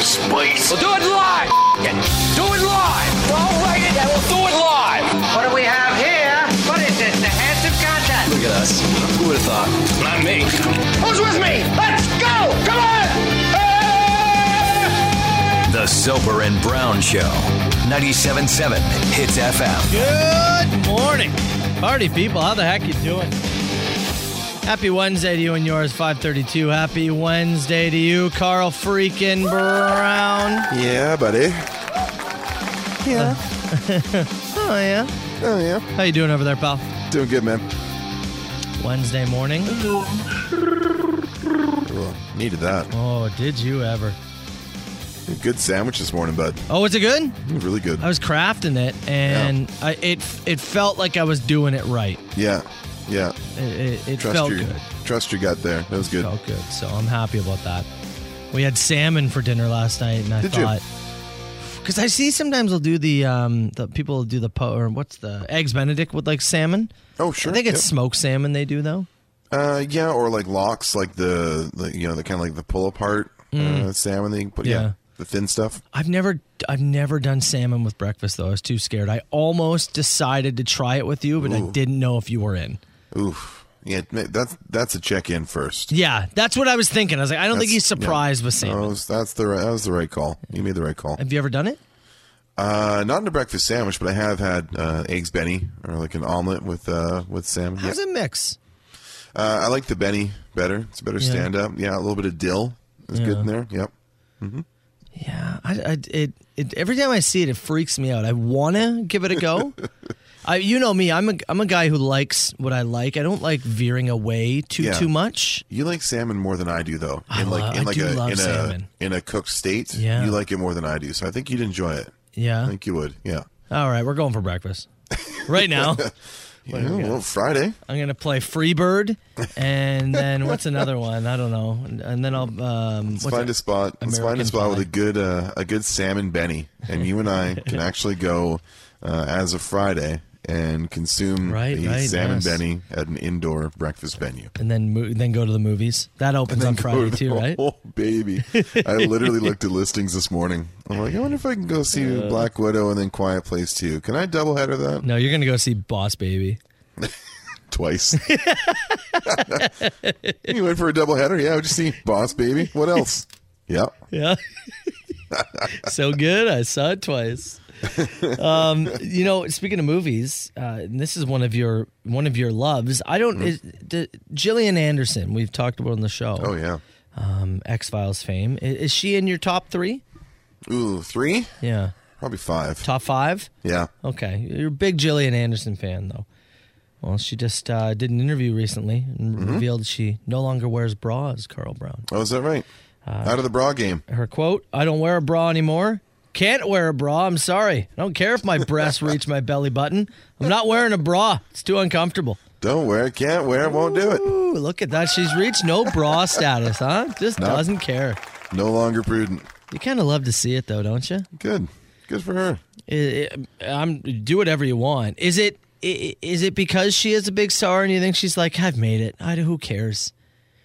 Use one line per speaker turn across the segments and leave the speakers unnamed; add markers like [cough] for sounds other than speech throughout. spice.
We'll do it live. F- it. Do it live. I'll write it and we'll do it live.
What do we have here? What is this? The hands of content.
Look at us. Who would have thought? Not me.
Who's with me? Let's go. Come on.
The Soper and Brown Show. 97.7 Hits FM.
Good morning, party people. How the heck you doing? Happy Wednesday to you and yours. Five thirty-two. Happy Wednesday to you, Carl freaking Brown.
Yeah, buddy. Yeah. [laughs]
Oh yeah.
Oh yeah.
How you doing over there, pal?
Doing good, man.
Wednesday morning.
Ooh, needed that.
Oh, did you ever?
Good sandwich this morning, bud.
Oh, was it good?
Really good.
I was crafting it, and I, it it felt like I was doing it right.
Yeah. Yeah.
It, it, it
Trust
felt
your
good.
trust your gut there. That was good.
Felt good. So I'm happy about that. We had salmon for dinner last night, and I
Did you?
thought because I see sometimes they'll do the um the people will do the po or what's the eggs Benedict with like salmon.
Oh sure.
I think it's
Yep.
smoked salmon they do though.
uh yeah, or like locks, like the, the you know the kind of like the pull apart uh, salmon thing. But yeah.
Mm. Yeah.
the thin stuff.
I've never I've never done salmon with breakfast though. I was too scared. I almost decided to try it with you, but I didn't know if you were in.
Oof. Yeah, ma- that's that's a check in first.
Yeah, that's what I was thinking. I was like, I don't think
That's-
he's surprised
yeah.
with salmon.
That was, that's the right, that was the right call. You made the right call.
Have you ever done it?
Uh, not in a breakfast sandwich, but I have had uh, eggs Benny or like an omelet with uh, with salmon. Yeah.
How's it mix?
Uh, I like the Benny better. It's a better
Yeah.
stand up. Yeah, a little bit of dill is good in there. Yep.
Yeah, I, I it, it every time I see it, it freaks me out. I wanna give it a
[laughs]
go. I, you know me, I'm a I'm a guy who likes what I like. I don't like veering away too
Yeah.
too much.
You like salmon more than I do, though.
I
like
love- I do love
in
salmon.
a in a cooked state,
Yeah.
you like it more than I do. So I think you'd enjoy it.
Yeah.
I think you would. Yeah.
All right, we're going for breakfast right
[laughs]
now.
Yeah, Well, Friday.
I'm gonna play Freebird, and then what's another one? I don't know. And, and then I'll um,
Let's
what's
find
it?
a spot. Let's find
American
a spot with
Pie.
a good uh, a good salmon Benny, and you and
[laughs]
I can actually go uh, as of Friday and consume
Right,
the
right,
salmon
yes.
Benny at an indoor breakfast venue.
and then mo- then go to the movies. That opens on
[laughs] Go
Friday
to the-
too, right?
Oh,
[laughs]
baby. I literally looked at listings this morning. I'm like, I wonder if I can go see Black Widow and then Quiet Place 2. Can I double header that
Uh. No, you're gonna go see Boss Baby. [laughs]
twice? [laughs] you went for a double header? Yeah, we just see Boss Baby. What
[laughs]
else? Yeah.
Yeah. [laughs] so good. I saw it twice. Um, you know, speaking of movies, uh, and this is one of your one of your loves. I
Mm-hmm.
don't. Is, d- Gillian Anderson, we've talked about on the show.
Oh, yeah.
um, X Files fame. I- Is, she in your top three?
Ooh, three?
Yeah,
Probably five.
top five.
Yeah.
Okay, you're a big Gillian Anderson fan, though. Well, she just uh, did an interview recently and
Mm-hmm.
revealed she no longer wears bras. Carl Brown.
Oh, is that right?
Uh,
Out of the bra game.
Her quote: "I don't wear a bra anymore. Can't wear a bra. I'm sorry. I don't care if my breasts reach my belly button. I'm not wearing a bra. It's too uncomfortable."
Don't wear it, can't wear it, won't do it.
Ooh, look at that. She's reached no bra status, huh? Just doesn't care.
No longer prudent.
You kind of love to see it, though, don't you?
Good. Good for her.
It, it, I'm do whatever you want. Is it i- is it because she is a big star and you think she's like I've made it? I who cares?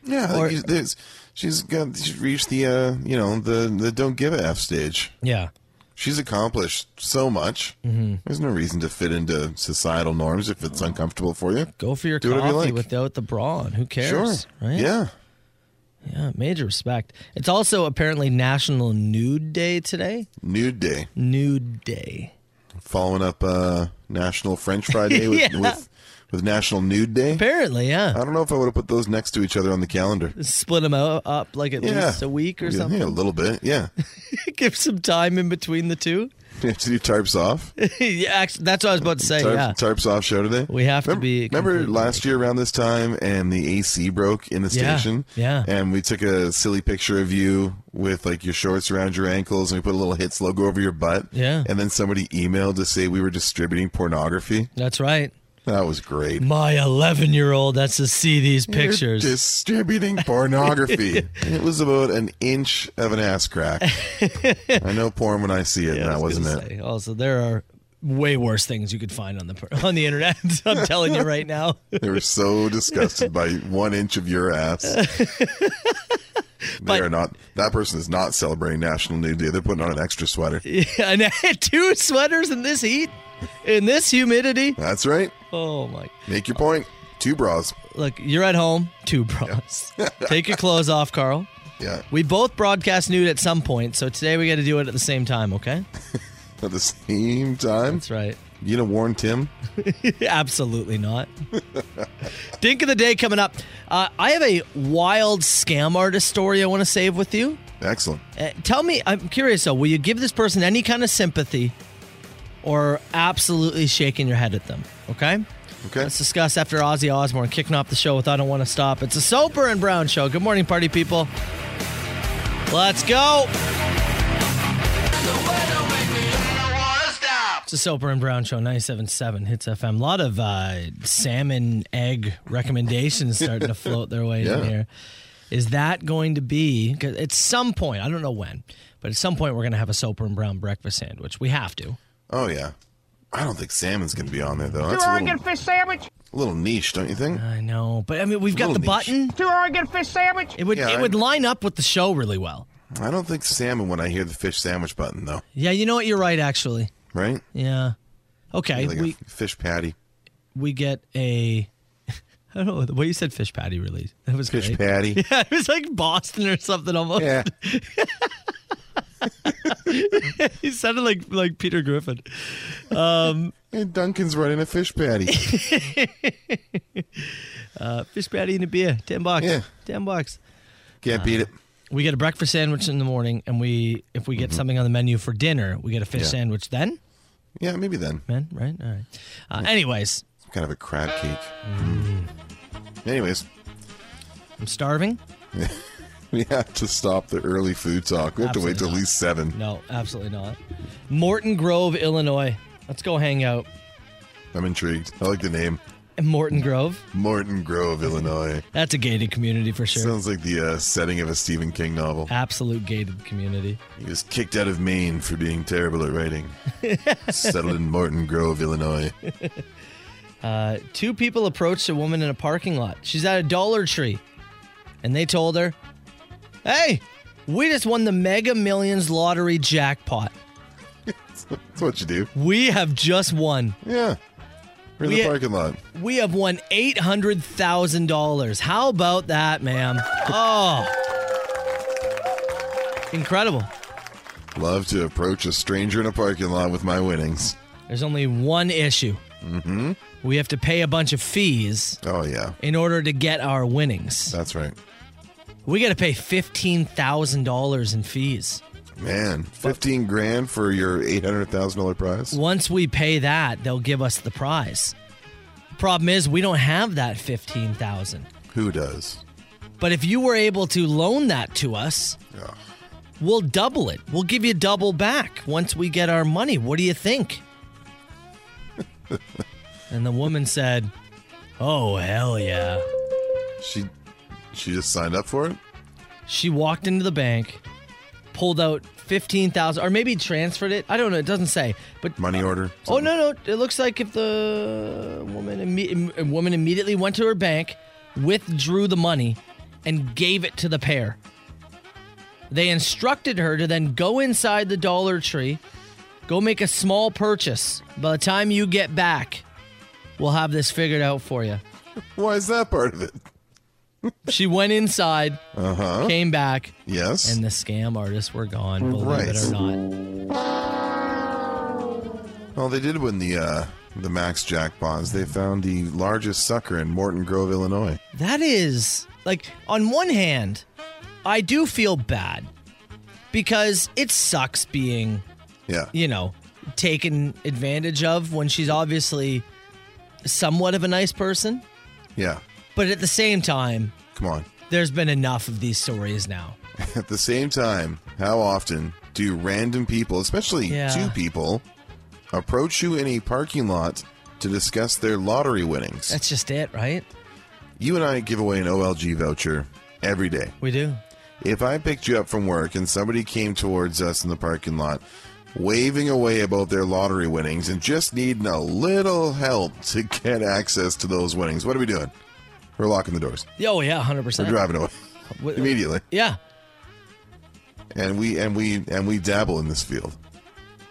Yeah,
Or-
like you- there's, she's got she's reached the uh, you know the the don't give a f stage.
Yeah,
She's accomplished so much.
Mm-hmm.
There's no reason to fit into societal norms if it's uncomfortable for you.
go for your
Do whatever
coffee
you like.
without the bra on. Who cares?
Sure.
Right?
Yeah.
Yeah, Uh, Major respect. It's also apparently National Nude Day today.
Nude Day,
Nude Day.
following up uh, National French Fry
[laughs]
Day with,
Yeah.
with with National Nude Day.
Apparently, yeah.
I don't know if I would have put those next to each other on the calendar.
Split them out, up like at
Uh, Yeah,
least a week or
Yeah, [laughs]
something. [laughs]
Yeah, a little bit. Yeah,
Give some time in between the two. [laughs]
you have to do tarps off.
yeah, actually, that's what I was about to say.
Tarps,
yeah.
Tarps off show today.
We have to
remember,
be
Remember
completely
last year around this time, and the AC broke in the
Yeah,
station.
yeah.
And we took a silly picture of you with like your shorts around your ankles, and we put a little hits logo over your butt.
Yeah.
And then somebody emailed to say we were distributing pornography.
That's right.
That was great.
My 11 year old has to see these pictures.
You're
[laughs]
distributing pornography. it was about an inch of an ass
[laughs]
crack. I know porn when I see it. and that wasn't it.
Say, Also, there are way worse things you could find on the on the internet. [laughs] I'm telling you right now. [laughs]
They were so disgusted by one inch of your ass. They are not. That person is not celebrating National Nude Day. They're putting on an extra sweater.
and [laughs] I had two sweaters in this heat, in this humidity.
That's right.
Oh my!
Make your point. Two bras.
Look, you're at home, two bras. [laughs] Take your clothes off, Carl.
Yeah.
We both broadcast nude at some point, so today we got to do it at the same time. Okay?
At the same time,
That's right. [laughs]
you gonna warn Tim?
Absolutely not. Dink of the day coming up. Uh, I have a wild scam artist story I want to save with you.
Excellent.
Uh, tell me, I'm curious though, will you give this person any kind of sympathy or absolutely shaking your head at them? Okay?
Okay.
Let's discuss after Ozzy Osbourne kicking off the show with I Don't Want to Stop. It's a Soper and Brown show. Good morning, party people. Let's go. It's the Soper and Brown Show, 97.7 Hits FM. A lot of uh, salmon egg recommendations starting
[laughs]
to float their way in
Yeah.
here. Is that going to be, 'cause at some point, I don't know when, but at some point we're going to have a Soper and Brown breakfast sandwich. We have to.
Oh yeah. I don't think salmon's gonna be on there though.
Two
That's a
Oregon
little,
fish sandwich.
little niche, don't you think?
I know, but I mean, we've got the
Little niche.
button.
Two Oregon fish sandwich.
It would
Yeah,
it
I-
would line up with the show really well.
I don't think salmon when I hear the fish sandwich button though.
Yeah, you know what? You're right, actually.
Right?
Yeah. Okay,
Like a
we
f- fish patty.
we get a. [laughs] I don't know the way you said fish patty. Really, that was
Fish
great.
patty.
[laughs] Yeah, it was like Boston or something almost.
Yeah.
He sounded like like Peter Griffin.
And Duncan's running a fish patty.
Fish patty and a beer, ten bucks.
Yeah.
ten bucks.
Can't beat it.
We get a breakfast sandwich in the morning, and we if we get something on the menu for dinner, we get a fish
Mm-hmm. Yeah.
sandwich. Then,
Yeah, maybe then.
man, right? All right. Uh, anyways,
Kind of a crab cake.
Mm.
Anyways, [laughs]
I'm starving.
we have to stop the early food talk. We have to wait till
Absolutely
at
not.
least seven.
No, absolutely not. Morton Grove, Illinois. Let's go hang out.
I'm intrigued. I like the name.
in Morton Grove.
Morton Grove, Illinois.
That's a gated community for sure.
Sounds like the uh, setting of a Stephen King novel.
Absolute gated community.
He was kicked out of Maine for being terrible at
[laughs]
writing. Settled in Morton Grove, Illinois.
Uh, two people approached a woman in a parking lot. She's at a Dollar Tree. And they told her, Hey, we just won the Mega Millions lottery jackpot.
That's what you do.
We have just won.
Yeah. We're in
We-
the parking lot.
We have won $800,000. How about that, ma'am? Oh. Incredible.
Love to approach a stranger in a parking lot with my winnings.
There's only one issue. We have to pay a bunch of fees
Oh, yeah.
in order to get our winnings.
That's right.
We got to pay fifteen thousand dollars in fees.
Man, 15 grand for your $800,000 prize?
Once we pay that, they'll give us the prize. Problem is, we don't have that fifteen thousand.
Who does?
But if you were able to loan that to us,
Yeah.
we'll double it. We'll give you double back once we get our money. What do you think? and the woman said, "Oh hell yeah!"
She she just signed up for it?
She walked into the bank, pulled out fifteen thousand, or maybe transferred it. I don't know. It doesn't say, but
Money order?
Oh no, no! It looks like if the woman imme- im- woman immediately went to her bank, withdrew the money, and gave it to the pair. They instructed her to then go inside the Dollar Tree, go make a small purchase. By the time you get back, we'll have this figured out for you.
Why is that part of it?
She went inside, came back,
Yes.
and the scam artists were gone. Believe it or
Right.
not,
Well, they did win the uh, the max jackpots. They found the largest sucker in Morton Grove, Illinois.
that is like on one hand, I do feel bad because it sucks being,
Yeah,
you know, taken advantage of when she's obviously somewhat of a nice person.
yeah.
But at the same time,
Come on. [laughs]
there's been enough of these stories now.
At the same time, how often do random people, especially
Yeah.
two people, approach you in a parking lot to discuss their lottery winnings?
That's just it, right?
you and I give away an OLG voucher every day.
We do.
If I picked you up from work and somebody came towards us in the parking lot, waving away about their lottery winnings and just needing a little help to [laughs] get access to those winnings, what are we doing? We're locking the doors.
Oh yeah, hundred
We're
percent.
driving away [laughs] immediately.
Yeah.
and we and we and we dabble in this field.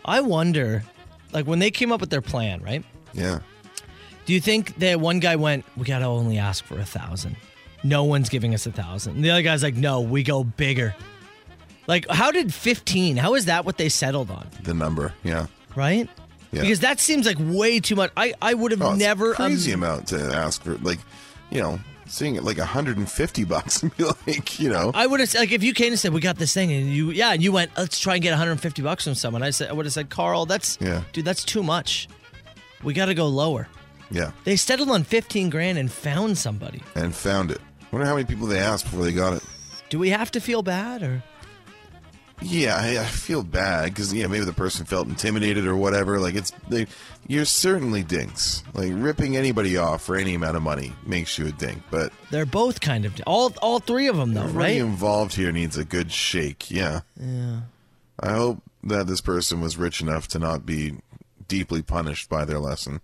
I wonder, like when they came up with their plan, right?
Yeah.
Do you think that one guy went, "We gotta only ask for a thousand. No one's giving us a thousand. And the other guy's like, "No, we go bigger." Like, how did fifteen? How is that what they settled on?
The number. Yeah.
Right?
Yeah.
Because that seems like way too much. I I would have
Oh, it's a
never
crazy amount to ask for like, you know, seeing it like 150 bucks [laughs] and be like, you
[laughs]
know,
I would have like if you came and said we got this thing and you yeah and you went let's try and get 150 bucks from someone I said I would have said Carl that's
Yeah.
dude that's too much we got to go lower
yeah,
they settled on 15 grand and found somebody
and found it. Wonder how many people they asked before they got it.
do we have to feel bad or
Yeah, I, I feel bad because yeah, maybe the person felt intimidated or whatever. Like it's they, you're certainly dinks. Like ripping anybody off for any amount of money makes you a dink. But
they're both kind of all all three of them though
everybody
right
involved here needs a good shake. Yeah. Yeah. I hope that this person was rich enough to not be deeply punished by their lesson.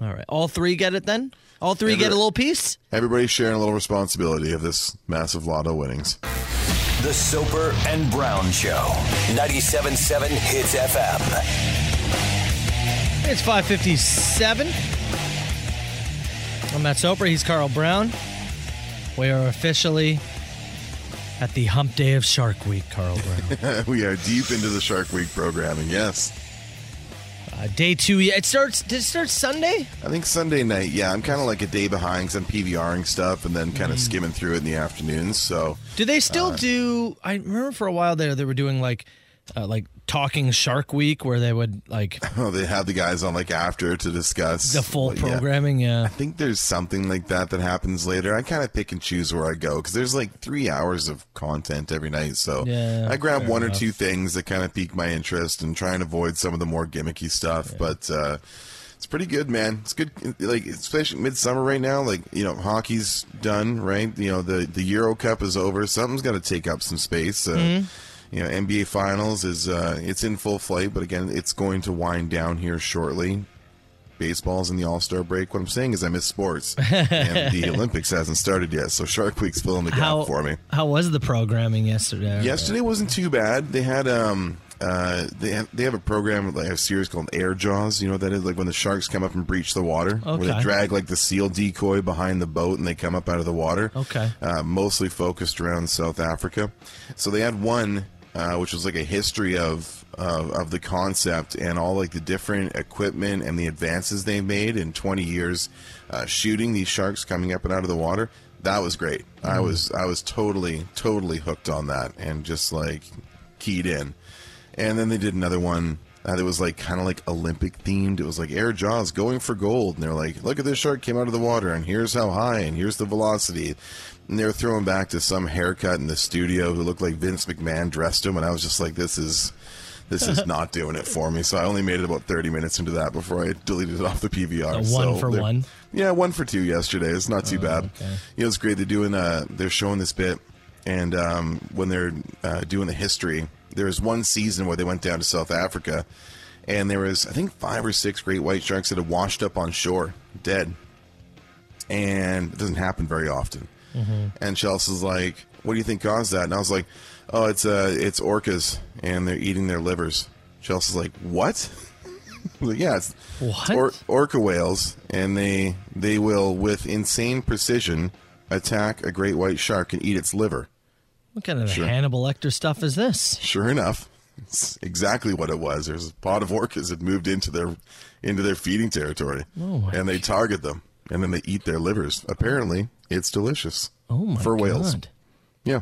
all right all three get it then all three get
Every-
a little piece
Everybody's sharing a little responsibility of this massive lotto winnings. [laughs]
The Soper and Brown Show. 97.7 Hits FM.
it's 557 I'm Matt Soper he's Carl Brown we are officially at the hump day of Shark Week Carl Brown.
[laughs] we are deep into the Shark Week programming. Yes.
Uh, day two. Yeah, it starts. Did it start Sunday?
I think Sunday night, yeah, I'm kind of like a day behind 'cause I'm PVRing stuff and then
Mm.
kind of skimming through it in the afternoons. So, [laughs]
Do they still
Uh,
do? I remember for a while there they were doing like, uh, like talking Shark Week where they would like
they have the guys on like after to discuss
the full
But, [laughs] yeah.
programming. Yeah.
I think there's something like that that happens later. I kind of pick and choose where I go because there's like three hours of content every night. So
Yeah,
I grab
fair
one or
enough.
two things that kind of pique my interest and try and avoid some of the more gimmicky stuff. But uh, it's pretty good, man. It's good, like especially midsummer right now. Like you know, hockey's done, right? You know, the the Euro Cup is over. Something's got to take up some space. Uh,
Mm-hmm.
You know, NBA Finals is uh, it's in full flight, but again, it's going to wind down here shortly baseball's in the All Star break. What I'm saying is I miss
[laughs]
sports, and the Olympics hasn't started yet. So Shark Week's filling the gap
How
for me.
How was the programming yesterday?
Yesterday wasn't too bad. They had um. Uh, they have, they have a program like a series called Air Jaws. You know what that is like when the sharks come up and breach the water, where
Okay.
they drag like the seal decoy behind the boat and they come up out of the water.
Okay.
Uh, mostly focused around South Africa, so they had one uh, which was like a history of of of the concept and all like the different equipment and the advances they made in 20 years uh, shooting these sharks coming up and out of the water. That was great. I was I was totally totally hooked on that and just like keyed in. And then they did another one uh, that was like kind of like Olympic themed. It was like Air Jaws going for gold, and they're like, "Look at this shark came out of the water, and here's how high, and here's the velocity." And they were throwing back to some haircut in the studio who looked like Vince McMahon dressed him, and I was just like, "This is." This
[laughs]
is not doing it for me, so I only made it about 30 minutes into that before I deleted it off the PVR.
A
so
one for
they're-
one?
yeah, one for two yesterday. It's not too bad. You know, it's great. They're doing. Uh, they're showing this bit, and um, when they're uh, doing the history, there was one season where they went down to South Africa, and there was I think five or six great white sharks that had washed up on shore, dead. And it doesn't happen very often. And Chelsea's like, "What do you think caused that?" And I was like, "Oh, it's uh, it's orcas, and they're eating their livers." Chelsea's like, "What?" [laughs] Well, yeah, it's, it's
What?
or, orca whales, and they they will with insane precision attack a great white shark and eat its liver.
What kind of Hannibal Lecter stuff is this?
Sure enough, it's exactly what it was. There's a pod of orcas that moved into their into their feeding territory, and they target them, and then they eat their livers. Apparently, it's delicious.
Oh my
For
god.
whales, yeah.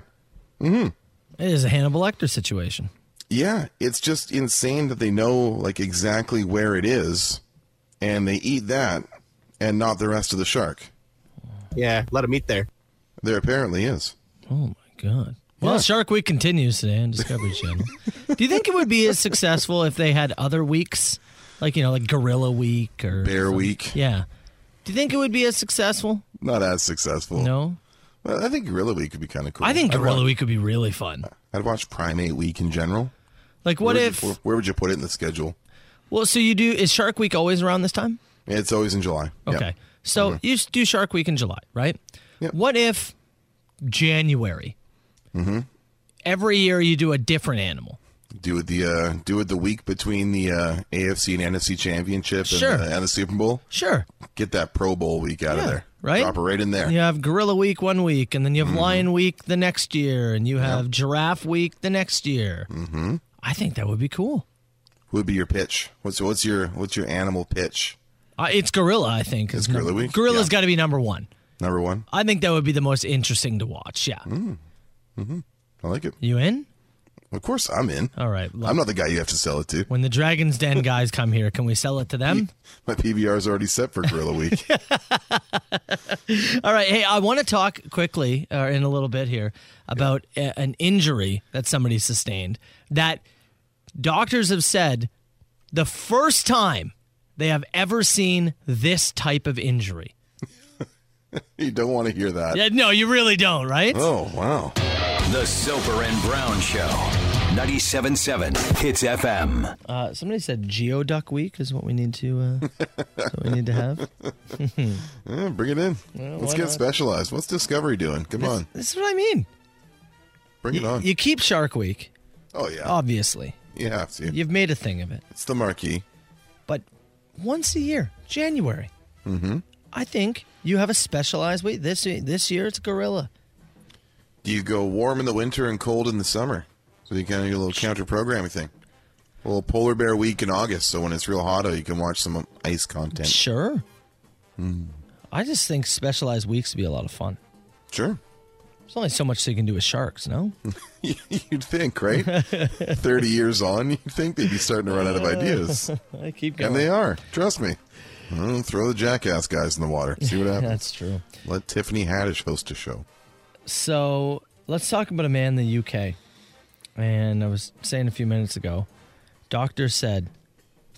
It is a Hannibal Lecter situation.
Yeah, it's just insane that they know like exactly where it is, and they eat that, and not the rest of the shark.
Yeah, let him eat there.
There apparently is.
Oh my god. Well, Shark Week continues today on Discovery
[laughs]
Channel. Do you think it would be as successful if they had other weeks, like you know, like Gorilla Week or
Bear Week,
Yeah. Do you think it would be as successful?
not as successful.
No.
Well, I think Gorilla Week could be kind of cool.
I think
I'd
Gorilla
wa-
Week could be really fun.
I'd watch Primate Week in general.
Like, what
where
if?
Would you, where would you put it in the schedule?
Well, so you do is Shark Week always around this time?
It's always in July. Yeah. Mm-hmm.
Okay. So you s- do Shark Week in July, right?
Yep. Mm-hmm.
What if January? every year you do a different animal.
Do it the uh, do it the week between the uh, AFC and NFC championship
Sure.
and, the, and the Super Bowl.
Sure.
Get that Pro Bowl week out
Yeah,
of there.
right?
Drop it right in there.
You have gorilla week one week, and then you have
Mm-hmm.
lion week the next year, and you have giraffe week the next year. Mm-hmm. I think that would be cool.
Would be your pitch. What's what's your what's your animal pitch?
Uh, it's gorilla, I think.
It's gorilla
number,
week?
Gorilla's
Yeah.
got to be number one.
Number one.
I think that would be the most interesting to watch. Yeah.
Mm. I like it.
You in?
Of course, I'm in.
All right. look,
I'm not the guy you have to sell it to.
When the Dragon's Den guys come here, can we sell it to them?
My PVR is already set for
[laughs]
Gorilla Week.
All right. Hey, I want to talk quickly or in a little bit here about a, an injury that somebody sustained that doctors have said the first time they have ever seen this type of injury.
you don't want to hear that.
Yeah, no, you really don't, right?
Uh, Oh wow.
The Soper and Brown Show. 97.7 Hits FM.
Uh, somebody said geoduck week is what we need to uh, what we need to have.
Yeah, bring it in. Let's
why
get
not?
specialized. What's Discovery doing? Come on,
This is what I mean.
bring it on.
You keep Shark Week,
oh yeah,
obviously.
you have to.
You've made a thing of it.
It's the marquee.
but once a year, January. Mm-hmm. I think you have a specialized week this this year. It's gorilla.
Do you go warm in the winter and cold in the summer? So you kind of do a little counter programming thing. A little polar bear week in August, so when it's real hot out, you can watch some um, ice content.
Sure.
Hmm.
I just think specialized weeks would be a lot of fun.
Sure. [laughs]
There's only so much you can do with sharks, no? [laughs]
You'd think, right? 30 years on, you'd think they'd be starting to run out of ideas.
I keep
And
going. [laughs]
they are. Trust me. Mm, throw the jackass guys in the water. See what
[laughs]
happens.
That's true.
Let Tiffany Haddish host a show.
So let's talk about a man in the UK. And I was saying a few minutes ago, doctor said,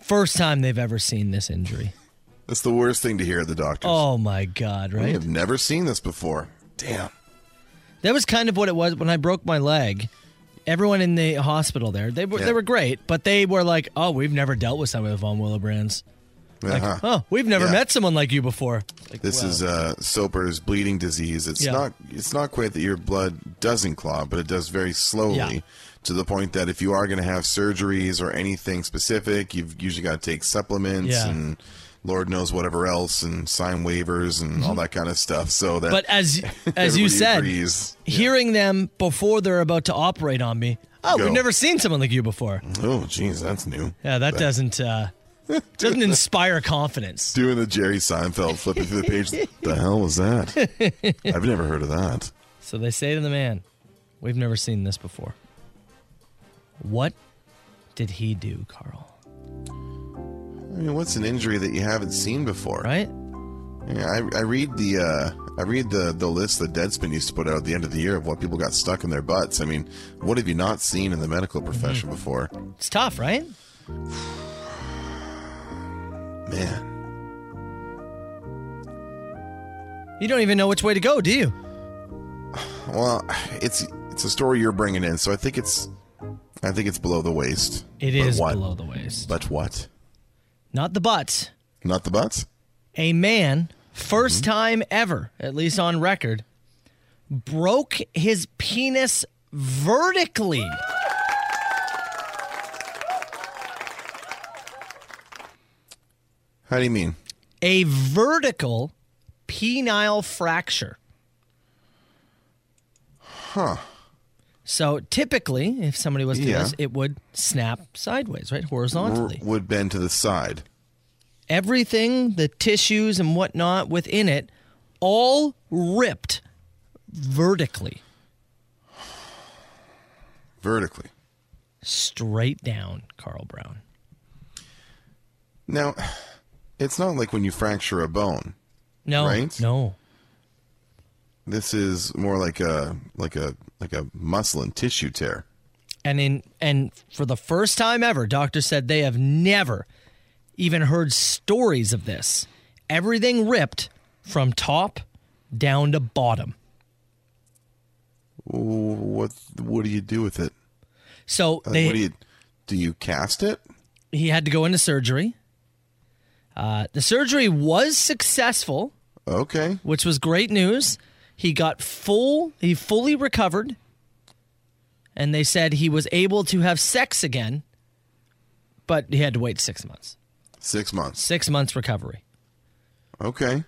first time they've ever seen this injury.
That's the worst thing to hear at the doctor's.
Oh my god!
I
Right?
have never seen this before. Damn.
That was kind of what it was when I broke my leg. Everyone in the hospital there, they were
Yeah.
they were great, but they were like, "Oh, we've never dealt with someone with von Willebrands. Like,
Uh-huh.
oh, we've never
Yeah.
met someone like you before." Like,
This
wow.
is uh, Soper's bleeding disease. It's
Yeah.
not it's not quite that your blood doesn't clot, but it does very slowly
Yeah.
to the point that if you are going to have surgeries or anything specific, you've usually got to take supplements
Yeah.
and Lord knows whatever else and sign waivers and all that kind of stuff. So that
Mm-hmm. But
[laughs]
as as you
everybody
said,
agrees.
hearing them before they're about to operate on me. Oh,
Go.
we've never seen someone like you before.
oh jeez, that's new.
Yeah, that
[laughs]
doesn't uh, doesn't inspire confidence.
Doing the Jerry Seinfeld flipping through the page. the hell was
[laughs]
that? I've never heard of that.
So they say to the man, "We've never seen this before." What did he do, Carl?
I mean, what's an injury that you haven't seen before?
Right?
Yeah, I, I read the uh, I read the the list that Deadspin used to put out at the end of the year of what people got stuck in their butts. I mean, what have you not seen in the medical
Mm-hmm.
profession before?
It's tough, right?
Man,
You don't even know which way to go, do you?
well, it's it's a story you're bringing in, so I think it's I think it's below the waist.
It
But
is
what?
below the waist.
But what?
Not the butt.
Not the butts.
A man, 1st
Mm-hmm.
time ever, at least on record, broke his penis vertically.
How do you mean?
A vertical penile fracture. Huh. So typically, if somebody was to do
Yeah.
this, it would snap sideways, right?
R-
Horizontally.
would bend to the side.
everything, the tissues and whatnot within it, all ripped vertically,
vertically.
straight down, Carl Brown.
Now, it's not like when you fracture a bone.
No,
Right?
no,
This is more like a like a like a muscle and tissue tear.
and in and for the first time ever, doctors said they have never even heard stories of this. Everything ripped from top down to bottom.
What what do you do with it?
So
Like,
they
Uh, what do you do? You cast it?
he had to go into surgery. Uh, the surgery was successful.
Okay.
which was great news. He got full, he fully recovered. and they said he was able to have sex again, but he had to wait six months.
Six months.
Six months recovery.
Okay.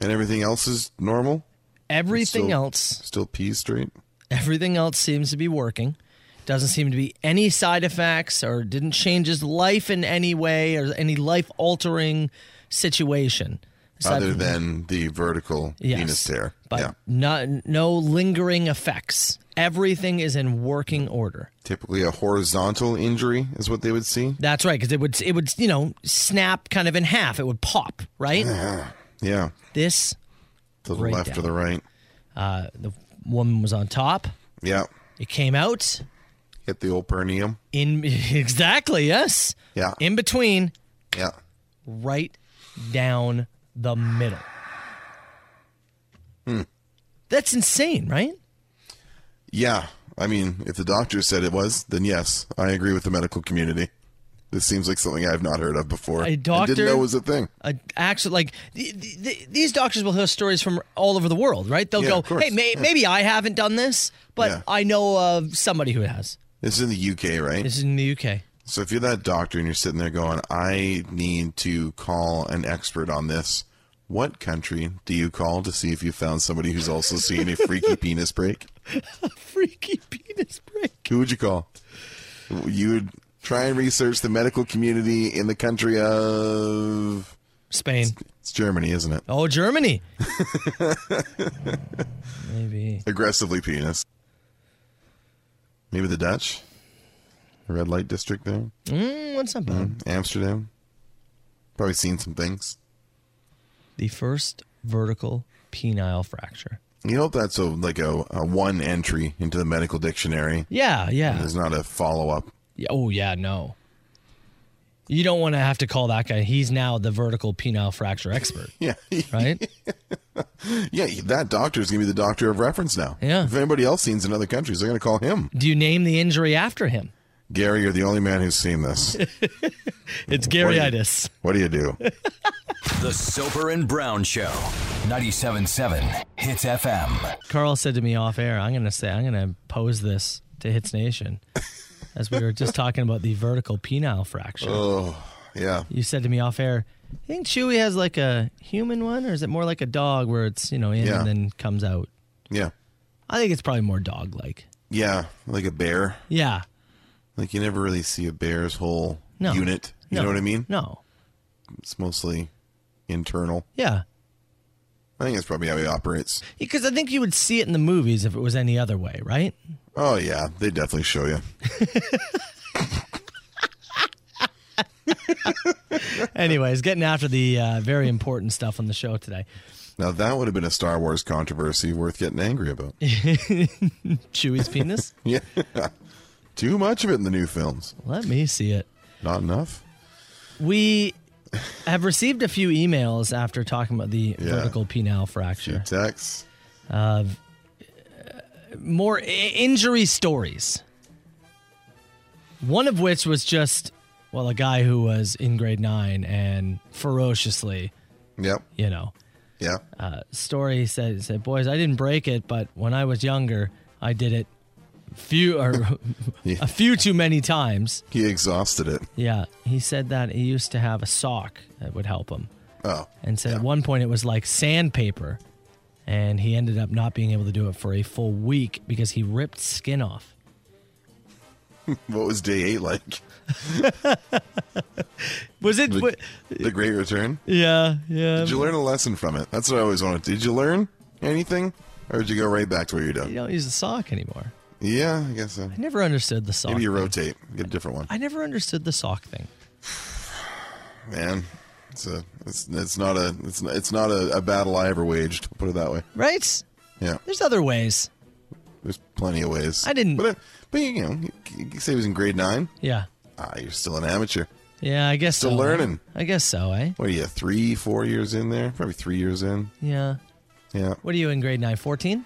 And everything else is normal?
Everything
Still-
else,
Still P Street?
everything else seems to be working. Doesn't seem to be any side effects or didn't change his life in any way or any life altering situation. Aside
Other
from-
than the vertical
Yes.
penis tear.
but
yeah.
not, no lingering effects. Everything is in working order.
Typically a horizontal injury is what they would see.
That's right, because it would it would you know snap kind of in half. It would pop, right?
Uh-huh. Yeah.
this
To the
Right
left or
down.
the right.
uh, the woman was on top.
Yeah.
It came out
Hit the old perineum.
in [laughs] exactly yes,
Yeah.
in between,
Yeah.
right down the middle.
Hmm.
That's insane, right?
Yeah. I mean, if the doctor said it was, then yes, I agree with the medical community. This seems like something I've not heard of before.
A
and
doctor-
didn't know was a thing.
a actual like th- th- th- these doctors will hear stories from all over the world, right? They'll
Yeah, of
go,
course.
"Hey, may- maybe I haven't done this, but
Yeah.
I know of somebody who has."
This is in the UK, right?
This is in the UK.
So if you're that doctor and you're sitting there going, I need to call an expert on this, what country do you call to see if you found somebody who's also seen a freaky penis break?
Freaky [laughs] penis break.
Who would you call? You would try and research the medical community in the country of
Spain.
it's Germany, isn't it?
Oh, Germany. maybe.
Aggressively penis. Maybe the Dutch? The red light district there?
Mm, what's up, man?
Mm-hmm. Amsterdam? Probably seen some things.
The first vertical penile fracture.
You hope that's a like a, a one entry into the medical dictionary.
Yeah, yeah.
There's not a follow up.
Yeah, Oh, yeah, no. You don't want to have to call that guy. He's now the vertical penile fracture expert,
Yeah, [laughs]
right?
yeah. That doctor is gonna be the doctor of reference now.
Yeah.
If anybody else seen it in other countries, they're gonna call him.
Do you name the injury after him?
Gary, you're the only man who's seen
[laughs]
this.
It's
do you-
Garyitis.
What do you do?
The Soper and Brown Show. 97.7 Hits FM.
Carl said to me off air, I'm going to say, I'm going to pose this to Hits Nation as we were just talking about the vertical penile fracture.
Yeah.
You said to me off air, you think Chewy has like a human one or is it more like a dog where it's, you know, in
Yeah.
and then comes out?
Yeah.
I think it's probably more dog like.
Yeah. Like a bear.
Yeah.
Like you never really see a bear's whole
No.
unit. You
No.
know what I mean?
No.
It's mostly internal.
Yeah.
I think that's probably how he operates.
Because I think you would see it in the movies if it was any other way,
[laughs]
right?
Oh yeah, they definitely show you.
Anyways, getting after the uh, very important stuff on the show today.
Now that would have been a Star Wars controversy worth getting angry
[laughs]
about. [laughs]
Chewy's penis?
Yeah. Too much of it in the new films.
Let me see it.
Not enough.
We have received a few emails after talking about the vertical penile fracture.
Text.
More I- injury stories. One of which was just, well, a guy who was in grade nine and ferociously,
Yep.
you know,
Yeah.
uh, story said, said, boys, I didn't break it, but when I was younger, I did it few or [laughs] a few too many times.
He exhausted it.
Yeah, he said that he used to have a sock that would help him.
Oh.
and said at one point it was like sandpaper and he ended up not being able to do it for a full week because he ripped skin off
What was day eight like?
was it
The, the Great Return?
yeah yeah
Did you learn a lesson from it? That's what I always wanted. Did you learn anything? Or did you go right back to where you're
you
done?
don't use a sock anymore
Yeah, I guess so.
i never understood the sock
Maybe you
thing.
rotate. Get a different one.
i never understood the sock thing
Man. It's a it's, it's not a it's not, it's not a, a battle I ever waged, put it that way.
right
Yeah.
there's other ways
There's plenty of ways.
I didn't-
But, uh, but you know, you, you say he was in grade nine.
yeah
Ah, you're still an amateur.
yeah i guess
Still
so eh?
learning.
i guess so eh
What are you, three, four years in there? Probably three years in.
yeah
Yeah.
what are you in grade 9 14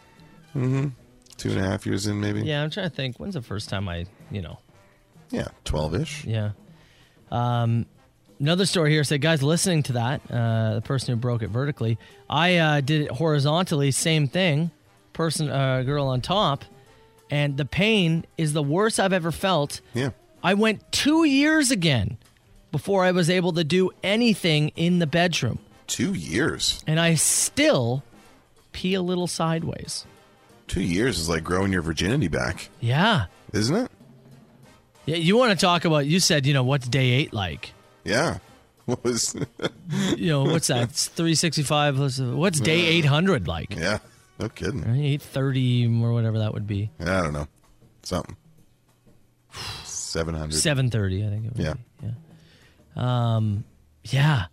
Two and a half years in, maybe.
yeah i'm trying to think when's the first time i you know
Yeah. 12 ish.
Yeah. Um, another story here said, guys, listening to that, uh, the person who broke it vertically, I uh, did it horizontally, same thing, person, uh, girl on top, and the pain is the worst I've ever felt.
Yeah.
I went two years again before I was able to do anything in the bedroom,
Two years.
and I still pee a little sideways.
Two years is like growing your virginity back,
Yeah.
isn't it?
Yeah, you want to talk about? You said, you know, what's day eight like?
Yeah. [laughs] What was?
You know, what's that?
[laughs]
It's three sixty-five. What's day eight hundred like?
yeah. No kidding.
Eight thirty or whatever that would be.
I don't know. Something. Seven hundred.
Seven thirty, I think. It would
Yeah.
Be. Yeah. Um. Yeah.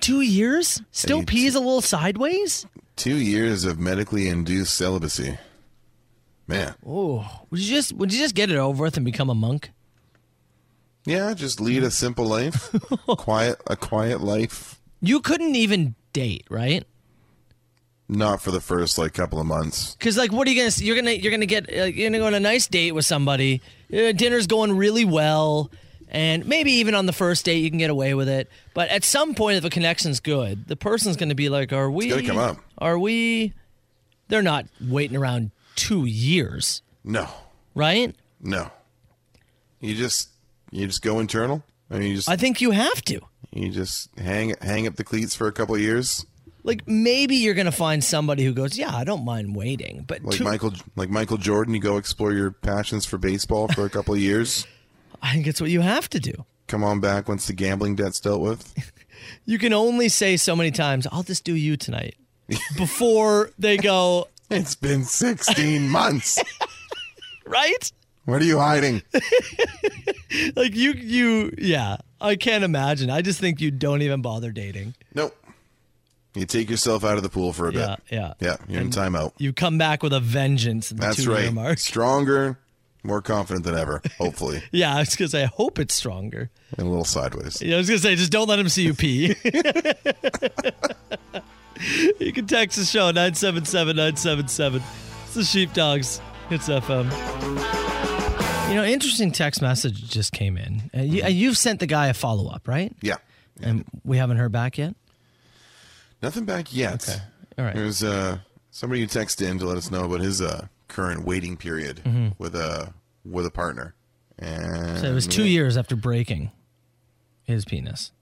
Two years, still
Eight.
pees a little sideways.
Two years of medically induced celibacy. Man.
Oh, would you just would you just get it over with and become a monk?
Yeah, just lead a simple
[laughs]
life. quiet a quiet life.
You couldn't even date, right?
Not for the first like couple of months.
Because like, what are you gonna? s- You're gonna you're gonna get uh, you're gonna go on a nice date with somebody. Uh, dinner's going really well, and maybe even on the first date you can get away with it. But at some point, if a connection's good, the person's gonna be like, "Are we?
gotta come up.
Are we? They're not waiting around two years,
No.
right?
No. You just you just go internal. I mean you just
I think you have to.
you just hang hang up the cleats for a couple of years.
Like maybe you're gonna find somebody who goes, "Yeah, I don't mind waiting," but
Like
two,
Michael like Michael Jordan, you go explore your passions for baseball for a couple of years.
I think it's what you have to do.
Come on back once the gambling debt's dealt with.
you can only say so many times, I'll just do
[laughs]
you tonight before they go,
It's been
[laughs]
16 months.
right?
What are you hiding?
Like you you yeah, I can't imagine. I just think you don't even bother dating.
Nope. You take yourself out of the pool for a
Yeah,
bit.
yeah.
Yeah, you're in timeout.
You come back with a vengeance in the
That's
two
right.
year mark.
Stronger, more confident than ever, hopefully.
Yeah, I was gonna say I hope it's stronger.
and a little
[laughs]
sideways.
Yeah, I was gonna say just don't let him see you pee. [laughs] you can text the show 977-977. It's the sheepdogs. It's FM. You know, interesting text message just came in. Uh, you, uh, you've sent the guy a follow up, right?
Yeah.
And we haven't heard back yet.
Nothing back yet.
Okay. All right.
There's uh, somebody who texted in to let us know about his uh, current waiting period with a with a partner. And
Mm-hmm. So it was two years after breaking his penis.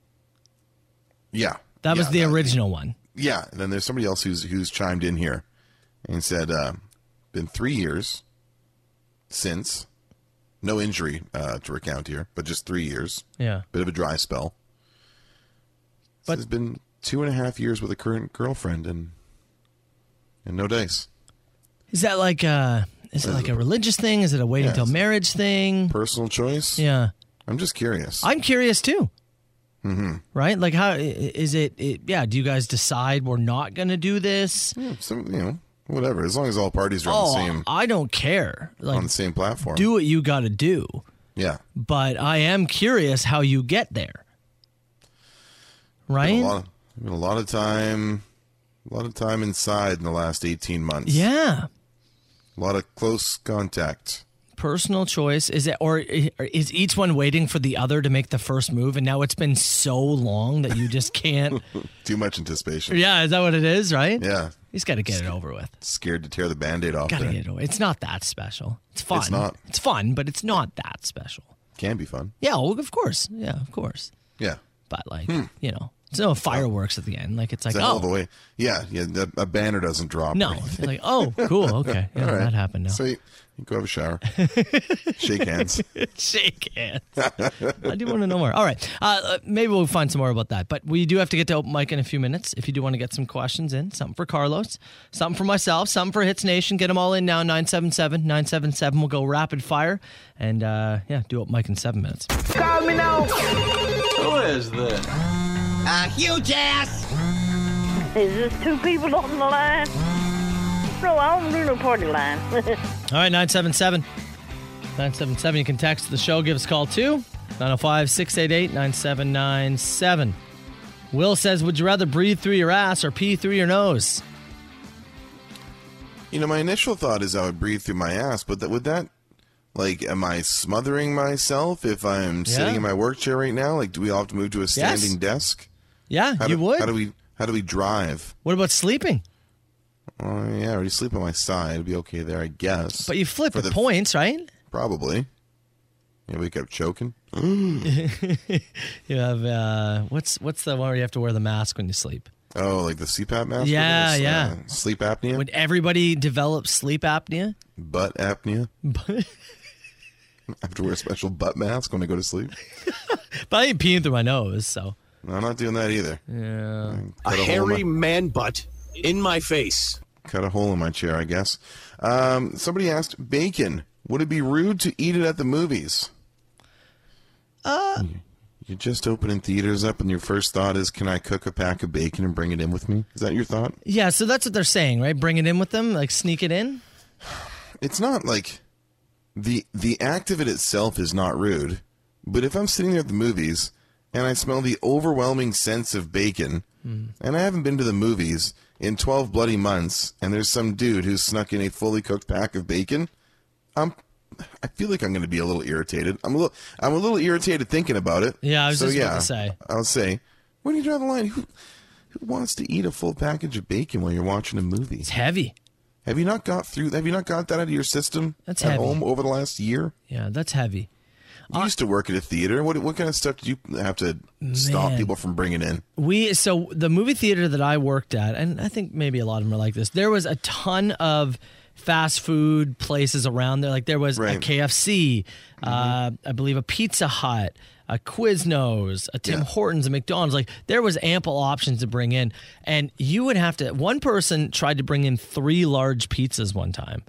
Yeah.
That was
Yeah,
the original one.
Yeah, and then there's somebody else who's who's chimed in here and said, uh, "Been three years since, no injury uh, to recount here, but just three years.
Yeah.
Bit of a dry spell. But
But-
it's been two and a half years with a current girlfriend and and no dice.
Is that like a is it like a religious thing? Is it a wait
Yeah,
until
it's-
marriage thing?
Personal choice.
Yeah.
I'm just curious.
I'm curious too. Right? Like, how i- is it, it? Yeah. Do you guys decide we're not going to do this?
Yeah, some you know whatever. As long as all parties are on
oh,
the same
I don't care. Like,
on the same platform.
do what you got to do.
yeah.
But I am curious how you get there.
Been
Right?
a lot of, been a lot of time, a lot of time inside in the last 18 months.
yeah.
A lot of close contact.
Personal choice is it, or i- or is each one waiting for the other to make the first move? And now it's been so long that you
[laughs]
just can't.
Too much anticipation.
yeah, is that what it is? Right?
Yeah.
He's got to get it over with.
Scared to tear the band aid off.
Gotta
There.
get it away. It's not that special. It's fun.
not.
It's fun, but it's not that special.
Can be fun.
Yeah, well, of course. Yeah, of course.
Yeah.
But like,
Hmm.
you know, it's no fireworks at the end. Like it's like,
It's a hell of a
oh
way. Yeah. Yeah. The, a banner doesn't drop.
no, It's like oh cool, okay, yeah, that happened now.
So you, you go have a
[laughs]
shower, shake hands.
Shake hands. I do want to know more. All right, uh, uh, maybe we'll find some more about that. But we do have to get to open mic in a few minutes. If you do want to get some questions in, something for Carlos, something for myself, something for Hits Nation. Get them all in now. 977 977. We'll go rapid fire, and uh, yeah, do open mic in seven minutes.
Is this two people on the line? No, I don't do no party line. [laughs]
All right, 977. 977. You can text the show. Give us a call oh too. 905 688 9797. Will says, Would you rather breathe through your ass or pee through your nose?
You know, my initial thought is I would breathe through my ass, but that, would that, like, am I smothering myself if I'm sitting
Yeah.
in my work chair right now? Like, do we all have to move to a standing desk?
Yeah,
How
you
do,
would.
How do we? How do we drive?
what about sleeping?
Oh yeah, or you sleep on my side, it'd be okay there, I guess.
But you flip
For
the,
the-
points, right?
probably. You wake up choking.
You have uh, what's what's the one where you have to wear the mask when you sleep?
Oh, like the CPAP mask.
Yeah,
Or this,
yeah.
uh, sleep apnea,
When everybody develops sleep apnea,
butt apnea.
[laughs]
[laughs]
but
I have to wear a special butt mask when I go to sleep.
I ain't peeing through my nose, so
No, I'm not doing that either.
yeah.
A
Cut a hole in
hairy man butt in my face.
cut a hole in my chair, I guess. Um, somebody asked bacon. Would it be rude to eat it at the movies? Uh, you're just opening theaters up, and your first thought is, "Can I cook a pack of bacon and bring it in with me?" Is that your thought?
Yeah, so that's what they're saying, right? Bring it in with them, like sneak it in.
It's not like the the act of it itself is not rude, but if I'm sitting there at the movies and I smell the overwhelming sense of bacon,
Hmm.
and I haven't been to the movies in twelve bloody months, and there's some dude who's snuck in a fully cooked pack of bacon, I'm I feel like I'm going to be a little irritated. I'm a little I'm a little irritated thinking about it.
Yeah, I was just about to say.
I'll say, where do you draw the line? Who who wants to eat a full package of bacon while you're watching a movie?
It's heavy.
Have you not got through? Have you not got that out of your system
That's
at
heavy. Uh,
home over the last year?
Yeah, that's heavy.
You used to work at a theater. What what kind of stuff did you have to stop
Man.
people from bringing
[laughs]
in?
We so the movie theater that I worked at, and I think maybe a lot of them are like this. There was a ton of fast food places around there. Like there was a
Right. Mm-hmm.
KFC, uh, I believe a Pizza Hut, a Quiznos, a Tim
Yeah.
Hortons, a McDonald's. Like there was ample options to bring in, and you would have to. One person tried to bring in three large pizzas one time,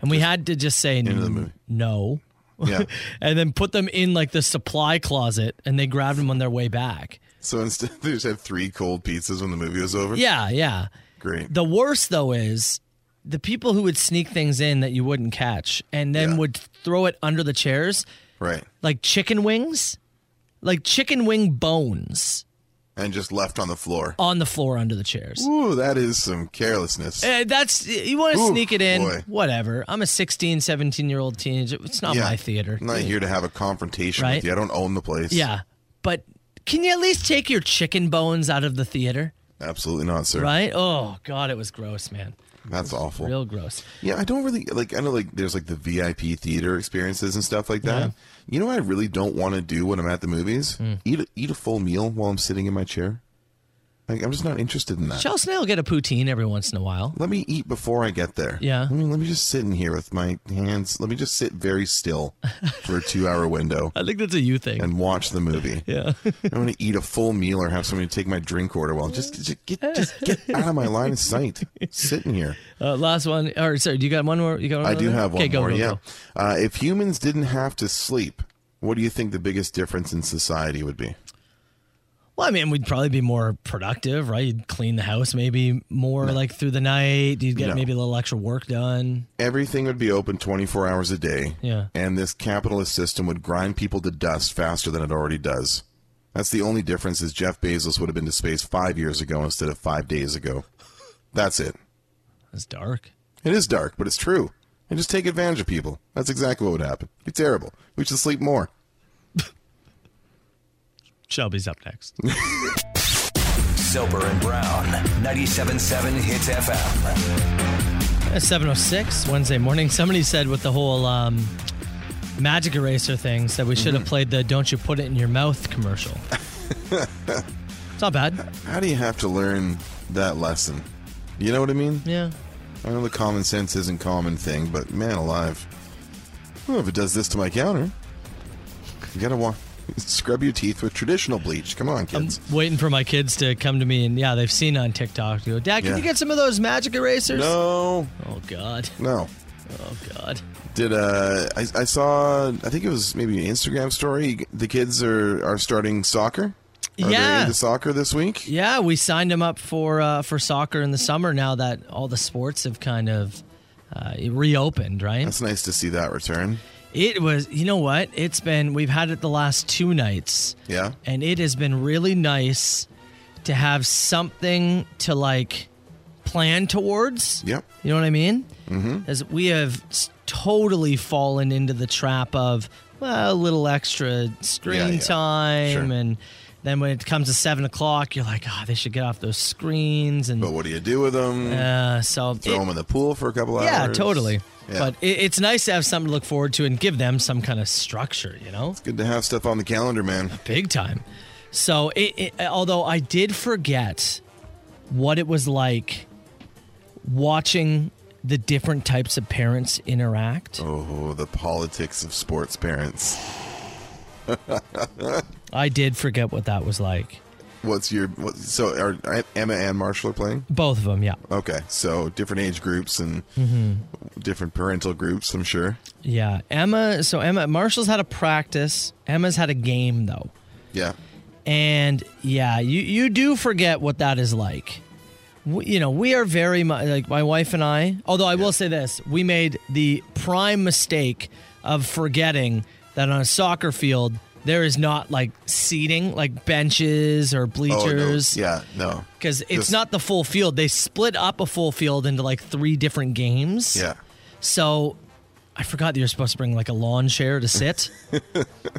and we had to just say
the movie.
no.
Yeah.
and then put them in like the supply closet, and they grabbed them on their way back.
so instead, [laughs] they just had three cold pizzas when the movie was over.
Yeah, yeah.
Great.
The worst though is the people who would sneak things in that you wouldn't catch and then
Yeah.
would throw it under the chairs
Right.
like chicken wings, like chicken wing bones
And just left on the floor.
on the floor under the chairs.
Ooh, that is some carelessness.
Eh, that's you want to
Ooh,
sneak it in,
boy.
whatever. I'm a 16, 17 year old teenager. It's not my theater.
I'm not here to have a confrontation
Right.
with you. I don't own the place.
Yeah. But can you at least take your chicken bones out of the theater?
Absolutely not, sir.
Right? Oh god, it was gross, man.
That's awful.
Real gross.
Yeah, I don't really like. I know like there's like the VIP theater experiences and stuff like that. You know, what I really don't want to do when I'm at the movies.
Hmm.
Eat a, eat a full meal while I'm sitting in my chair. Like I'm just not interested in that.
Chelsea and I'll get a poutine every once in a while.
let me eat before I get there.
Yeah.
Let me let me just sit in here with my hands. Let me just sit very
[laughs]
still for a two hour window
I think that's a you thing.
and watch the movie.
Yeah.
I don't want to eat a full meal or have somebody take my drink order while just, just get just
[laughs]
get out of my line of sight. Sitting here.
Uh, last one. Or sorry, do you got one more? You got one
I
more
do
there?
have one
okay, go,
more.
go,
yeah.
go.
Uh, if humans didn't have to sleep, what do you think the biggest difference in society would be?
Well, I mean, we'd probably be more productive, right? You'd clean the house maybe more like through the night. You'd get
No.
maybe a little extra work done.
Everything would be open 24 hours a day.
Yeah.
And this capitalist system would grind people to dust faster than it already does. That's the only difference is Jeff Bezos would have been to space five years ago instead of five days ago. That's it.
It's dark.
It is dark, but it's true. And just take advantage of people. That's exactly what would happen. It'd be terrible. We should sleep more.
Shelby's up next.
[laughs]
Soper and Brown, 97.7 Hits FM.
Uh, 706 Wednesday morning. Somebody said with the whole um, magic eraser thing said we should
Mm-hmm.
have played the "Don't You Put It in Your Mouth" commercial.
[laughs]
it's not bad.
How do you have to learn that lesson? You know what I mean?
Yeah.
I know the common sense isn't common thing, but man alive. Well, if it does this to my counter, you gotta wa Scrub your teeth with traditional bleach. Come on, kids.
Waiting for my kids to come to me and yeah, they've seen on TikTok. They go, Dad, can
Yeah.
you get some of those magic erasers?
no,
Oh God.
no.
Oh God.
Did uh, I, I saw? I think it was maybe an Instagram story. The kids are are starting soccer. Are they
Yeah.
into soccer this week.
Yeah, we signed him up for uh, for soccer in the summer. Now that all the sports have kind of uh, reopened, right?
That's nice to see that return.
It was, you know what? It's been we've had it the last two nights,
Yeah,
and it has been really nice to have something to like plan towards.
Yep.
You know what I mean? Mm-hmm. As we have s- totally fallen into the trap of well, a little extra screen
Yeah, yeah.
time
Sure.
and Then when it comes to seven o'clock, you're like, oh, they should get off those screens and
But what do you do with them?
uh, so
Throw
it-
them in the pool for a couple hours.
yeah, totally.
Yeah.
But it, it's nice to have something to look forward to and give them some kind of structure, you know,
Good to have stuff on the calendar, man.
big time. So, it, it, although I did forget what it was like watching the different types of parents interact,
Oh, the politics of sports parents.
I did forget what that was like.
What's your what, so are Emma and Marshall are playing?
Both of them, yeah,
Okay, so different age groups and
Mm-hmm.
different parental groups, I'm sure.
yeah. Emma, so Emma, Marshall's had a practice. Emma's had a game though.
Yeah,
And yeah, you you do forget what that is like. We, you know, we are very much like my wife and I. Although I will say this, we made the prime mistake of forgetting that on a soccer field there is not like seating, like benches or
Oh, no.
bleachers,
yeah, no,
because it's
Just-
not the full field. They split up a full field into like three different games.
yeah.
So I forgot that you're supposed to bring like a lawn chair
[laughs]
to sit.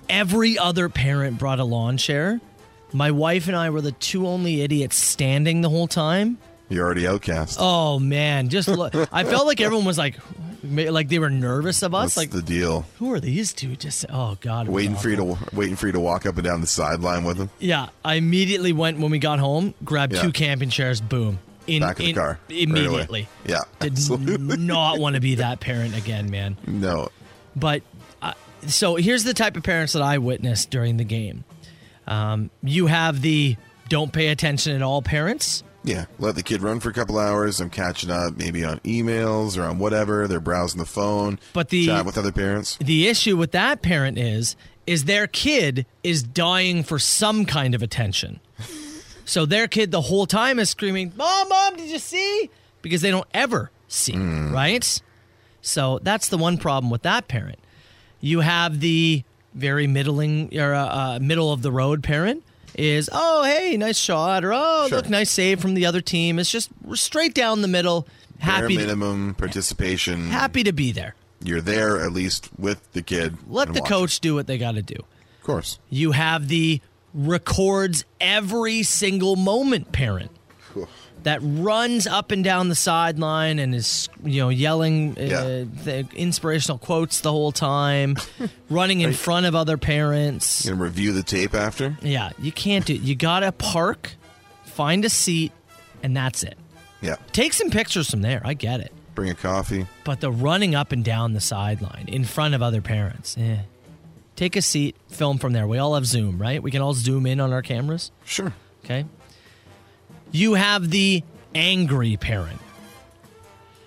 Every other parent brought a lawn chair. My wife and I were the two only idiots standing the whole time.
You're already outcast.
Oh man,
[laughs]
just look. I felt like everyone was like, ma- like they were nervous of us.
What's
Like,
the deal?
who are these two? Just oh god, it was
Waiting for you
awful.
to waiting for you to walk up and down the sideline with them.
Yeah, I immediately went when we got home, grabbed
Yeah.
two camping chairs, boom, in,
Back of the
in-
car right away.
immediately.
Yeah,
Did
absolutely. [laughs]
not want to be that parent again, man.
No,
But uh, so here's the type of parents that I witnessed during the game. Um, you have the don't pay attention at all parents.
Yeah, let the kid run for a couple hours. I'm catching up, maybe on emails or on whatever. They're browsing the phone,
But the-
chat with other parents.
The issue with that parent is is their kid is dying for some kind of attention. So their kid the whole time is screaming, "Mom, mom, did you see?" because they don't ever see,
Mm.
right? So that's the one problem with that parent. You have the very middling or uh, uh, middle of the road parent is, "Oh, hey, nice shot," or "Oh,
Sure.
look, nice save from the other team." It's just we're straight down the middle,
Bare
happy to,
minimum participation.
happy to be there.
You're there at least with the kid.
Let
and
the
watch.
coach do what they got to do.
Of course.
You have the records every single moment parent that runs up and down the sideline and is you know yelling
Yeah.
uh, the inspirational quotes the whole time,
[laughs]
running in front of other parents.
You gonna review the tape after?
Yeah, you can't do. You gotta park, find a seat, and that's it.
Yeah.
Take some pictures from there. I get it,
Bring a coffee.
but the running up and down the sideline in front of other parents. Eh. Take a seat, film from there. We all have Zoom, right? We can all zoom in on our cameras.
Sure.
Okay. You have the angry parent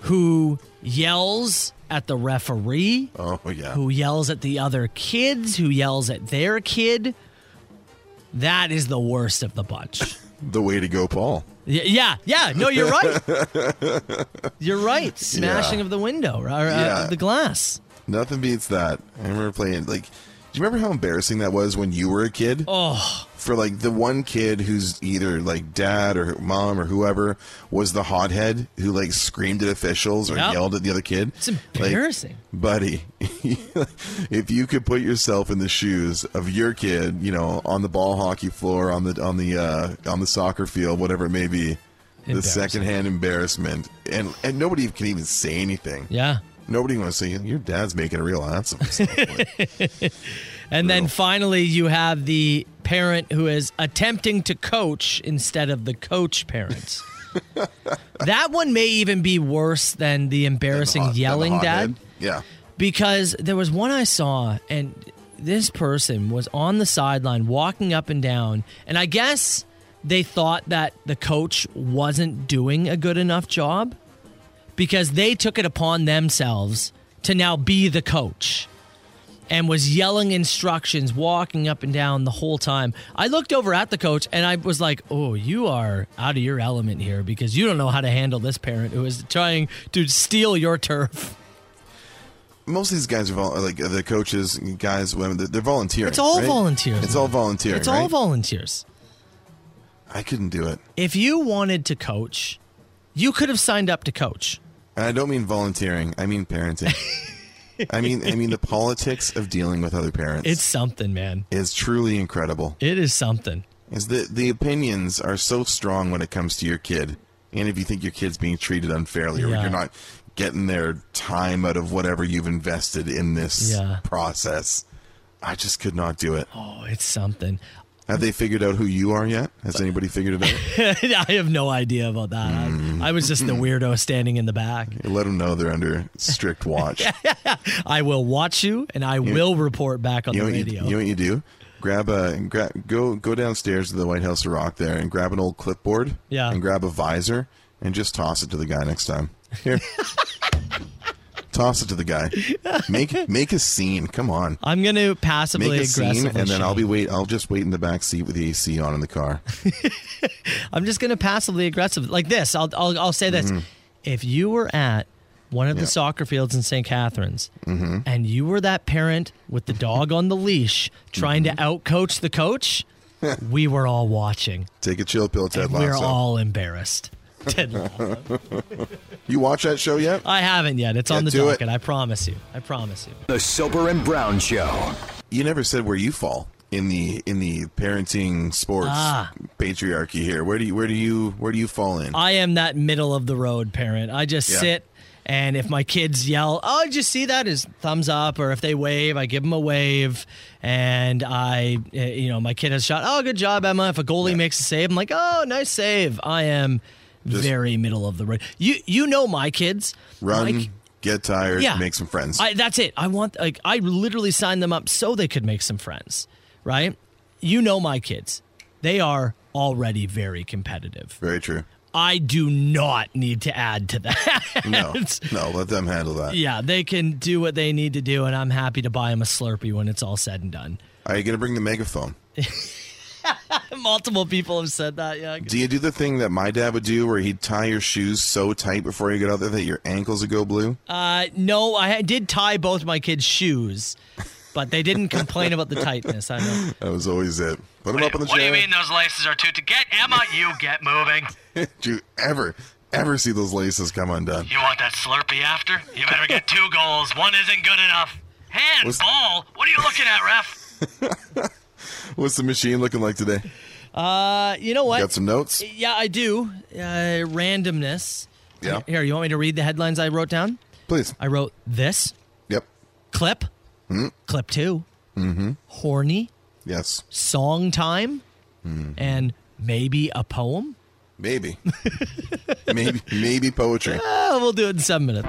who yells at the referee,
Oh yeah.
who yells at the other kids, who yells at their kid. That is the worst of the bunch.
The way to go, Paul.
Y- yeah, yeah. No, you're right. You're right. Smashing of the window or uh,
Yeah.
the glass.
Nothing beats that. I remember playing like. Do you remember how embarrassing that was when you were a kid?
Oh,
for like the one kid who's either like dad or mom or whoever was the hothead who like screamed at officials or
Yep.
yelled at the other kid.
it's embarrassing.
buddy, [laughs] if you could put yourself in the shoes of your kid, you know, on the ball hockey floor, on the on the uh, on the soccer field, whatever it may be, the
Embarrassing.
secondhand embarrassment, and and nobody can even say anything.
yeah.
Nobody wants to say your dad's making a real ass of
[laughs]
himself. Like,
And then
Brutal.
finally, you have the parent who is attempting to coach instead of the coach [laughs] parent. that one may even be worse than the embarrassing
hot-
yelling
hothead.
dad
Yeah.
because there was one I saw, and this person was on the sideline walking up and down. And I guess they thought that the coach wasn't doing a good enough job because they took it upon themselves to now be the coach and was yelling instructions, walking up and down the whole time. I looked over at the coach and I was like, oh, you are out of your element here because you don't know how to handle this parent who is trying to steal your turf.
most of these guys are vol- like the coaches, guys, women. They're, they're volunteering.
It's all
right?
volunteers,
It's all volunteering.
It's all
right?
volunteers.
I couldn't do it.
If you wanted to coach, you could have signed up to coach.
And I don't mean volunteering. I mean
[laughs]
parenting. I mean, I mean the politics of dealing with other parents.
It's something, man.
is truly incredible.
It is something.
is that the opinions are so strong when it comes to your kid. And if you think your kid's being treated unfairly or
Yeah.
you're not getting their time out of whatever you've invested in this
Yeah.
process, I just could not do it.
Oh, it's something. [laughs]
Have they figured out who you are yet? Has anybody figured it out?
[laughs] I have no idea about that. I, I was just
Mm.
the weirdo standing in the back.
Let them know they're under strict watch.
I will watch you and I will report back on
You know,
the
what you,
radio.
you know what you do? Grab a and gra- go go downstairs to the White House of Rock there and grab an old clipboard.
Yeah.
And grab a visor and just toss it to the guy next time.
[laughs]
Here. toss it to the guy. Make make a scene. Come on.
I'm going to passively
Make a scene
aggressively
and then I'll
shame.
be wait I'll just wait in the back seat with the AC on in the car.
I'm just gonna passively aggressive like this. I'll I'll, I'll say this: if you were at one of
Mm-hmm. Yeah. Mm-hmm.
the soccer fields in St. Catharines, and you were that parent with the dog on the leash trying
Mm-hmm.
to outcoach
[laughs]
the coach, we were all watching.
Take a chill pill, Ted
And we're
Lasso.
all embarrassed. [laughs] Ted Lasso.
You watch that show yet?
I haven't yet. It's on the
Get to it.
docket. I promise you. I promise you.
The Soper and Brown Show.
You never said where you fall in the in the parenting sports
Ah.
patriarchy here. Where do you where do you where do you fall in?
I am that middle of the road parent. I just
Yeah.
sit. And if my kids yell, oh, did you see that? Is thumbs up, or if they wave, I give them a wave, and I, eh, you know, my kid has shot. Oh, good job, Emma. If a goalie makes a save, I'm like, oh, nice save. I am
Just-
very middle of the road. You, you know, my kids
Run,
Like,
get tired,
Yeah.
make some friends.
I, that's it. I want like I literally signed them up so they could make some friends, right? You know my kids; they are already very competitive.
Very
[laughs]
true.
I do not need to add to that. [laughs]
No, no, let them handle that.
yeah, they can do what they need to do, and I'm happy to buy them a Slurpee when it's all said and done.
Are you going to bring the megaphone?
Multiple people have said that. Yeah,
Do you do the thing that my dad would do where he'd tie your shoes so tight before you get out there that your ankles would go blue?
uh, no, I had- did tie both my kids' shoes, but they didn't complain about the tightness. I know.
That was always it. Put them up on the chair. [laughs]
those laces are too to get Emma? You get moving.
Did you ever, ever see those laces come undone?
You want that Slurpee after? You better
[laughs]
get two goals. One isn't good enough. Hand
Was-
ball. What are you looking at, ref?
[laughs] What's the machine looking like today?
Uh, you know what?
Got some notes?
Yeah, I do. Uh, randomness.
Yeah.
Here, you want me to read the headlines I wrote down?
Please.
I wrote this
Yep.
clip,
Hmm?
clip 2 mm-hmm. horny,
Yes.
song time,
Mm-hmm.
and maybe a poem.
Maybe. [laughs] maybe. Maybe poetry.
Uh, we'll do it in seven minutes.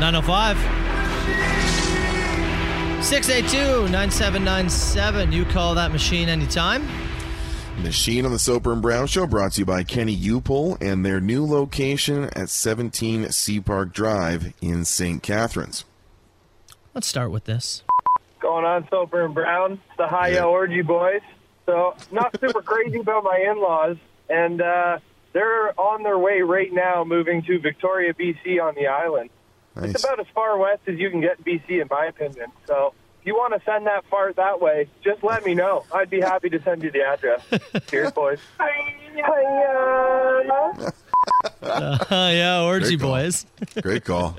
Nine oh five. 682-9797. You call that machine anytime.
Machine on the Soper and Brown Show brought to you by Kenny Upol and their new location at 17 Sea Park Drive in St. Catharines.
Let's start with this. [laughs]
going on, Soper and Brown. It's the High
Yeah.
Orgy Boys. So, not super [laughs] crazy about my in laws. And uh, they're on their way right now moving to Victoria, BC on the island. It's
Nice.
about as far west as you can get in BC, in my opinion. So, if you want to send that far that way, just let me know. I'd be happy to send you the
[laughs]
address. Cheers, boys.
Oh yeah, orgy
Great call.
boys.
Great call.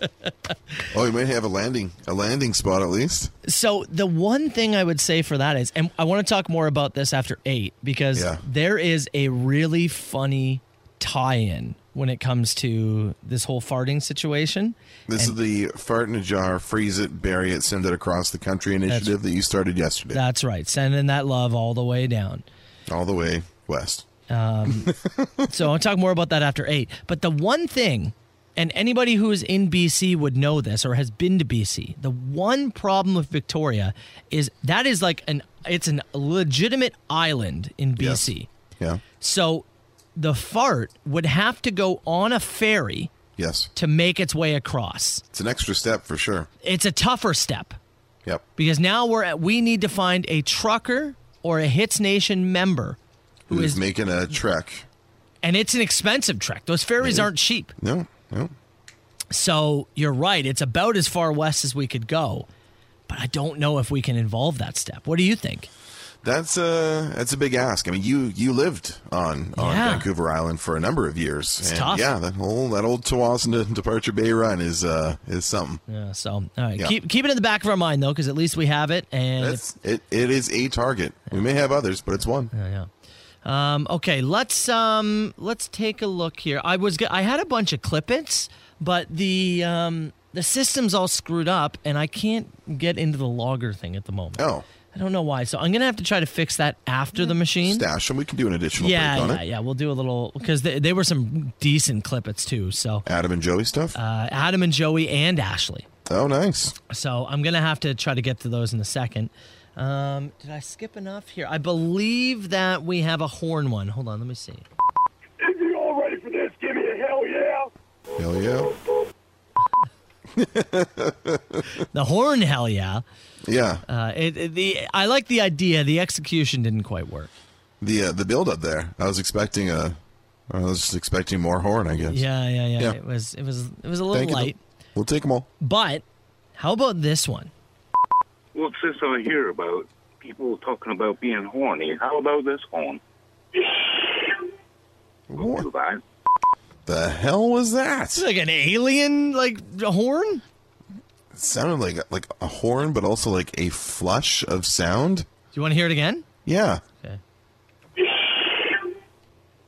Oh, you might have a landing, a landing spot at least.
So the one thing I would say for that is, and I want to talk more about this after eight because
Yeah.
there is a really funny tie-in when it comes to this whole farting situation.
This is the fart in a jar, freeze it, bury it, send it across the country initiative that you started yesterday,
That's right. Sending that love all the way down. [laughs]
all the way west.
So I'll talk more about that after eight. But the one thing, and anybody who is in BC would know this or has been to BC, the one problem with Victoria is that is like an it's an legitimate island in
Yes.
BC.
Yeah.
So the fart would have to go on a ferry
Yes.
to make its way across.
It's an extra step for sure.
It's a tougher step
Yep.
because now we're at, we need to find a trucker or a Hits Nation member who
Who's
is
making a trek?
and it's an expensive trek. Those ferries aren't cheap.
No. No.
So you're right. It's about as far west as we could go. But I don't know if we can involve that step. What do you think?
That's a that's a big ask. I mean, you you lived on on
Yeah.
Vancouver Island for a number of years. and
tough.
Yeah, that whole that old Tawasin to Departure Bay run is uh is something.
Yeah, so all right,
Yeah.
keep keep it in the back of our mind though, because at least we have it. And if-
That's it. It is a target. We may have others, but it's one.
Yeah, yeah. Um, okay, let's um, let's take a look here. I was go- I had a bunch of clippets, but the um, the system's all screwed up, and I can't get into the logger thing at the moment.
Oh, Mm.
I don't know why. So I'm gonna have to try to fix that after the machine.
stash them. We can do an additional
Yeah,
break on
yeah,
it.
yeah. We'll do a little because they, they were some decent clippets too. So
Adam and Joey stuff.
uh, Adam and Joey and Ashley.
oh, nice.
So I'm gonna have to try to get to those in a second. Um, did I skip enough here? I believe that we have a horn one. Hold on, let me see.
Hell yeah.
The horn, hell yeah.
Yeah.
Uh, it, it- the I like the idea. The execution didn't quite work.
the uh, the build up there. I was expecting a. I was just expecting more horn. I guess.
Yeah, yeah, yeah.
Yeah.
It was it was it was a little
Thank you.
light.
We'll take them all.
But how about this one?
Well, since I hear about people talking about being horny, how about this horn?
Horn.
Goodbye.
The hell was that?
It's like an alien like horn.
It sounded like like a horn, but also like a flush of sound.
Do you want to hear it again?
Yeah.
Okay.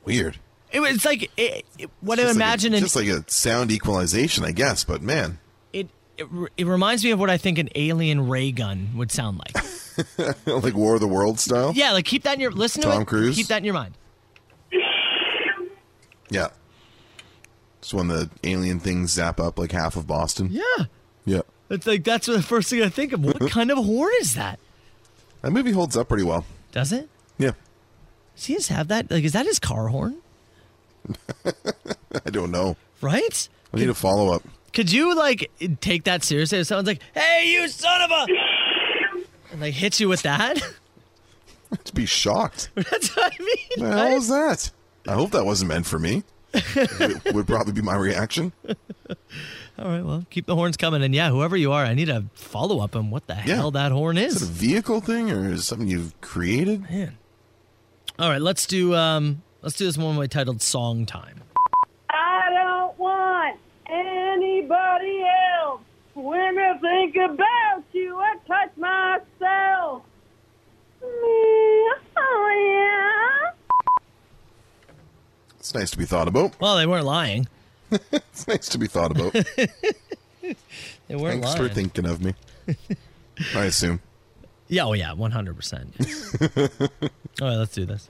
Weird.
It was it's like it, it, what I
Just like a-
imagine an
just like a sound equalization, I guess. But man, [laughs]
it, it re- it reminds me of what I think an alien ray gun would
[laughs]
sound like.
like War of the World style.
yeah, like keep that in your listen to
Tom
it.
Cruise?
Keep that in your mind.
Yeah. It's when the alien things zap up like half of Boston.
Yeah,
Yeah.
it's like that's the first thing I think
[laughs]
of. What kind of horn is that?
That movie holds up pretty well.
Does it?
Yeah. [laughs]
Does he just have that? Like, is that his car horn?
I don't know.
Right?
I need a follow up.
Could you like take that seriously? If someone's like, "Hey, you son of a," and like hits you with that,
[laughs]
[laughs]
I'd be shocked.
that's what I mean.
The hell was that? I hope that wasn't meant for me. [laughs] it would probably be my reaction.
All right, well, keep the horns coming, and yeah, whoever you are, I need a follow up on what the hell that horn
Is it a
is.
vehicle thing or is it something you've created?
All right, let's do um, let's do this one way titled "Song Time."
I don't want anybody else. When I think about you, I touch myself. Me, oh yeah.
It's nice to be thought about. [laughs]
Well, they weren't lying.
It's nice to be thought
[laughs]
about.
They weren't
Thanks for
lying.
thinking of
[laughs]
me. I assume.
yeah, oh yeah, one hundred
[laughs]
percent. All right, let's do this.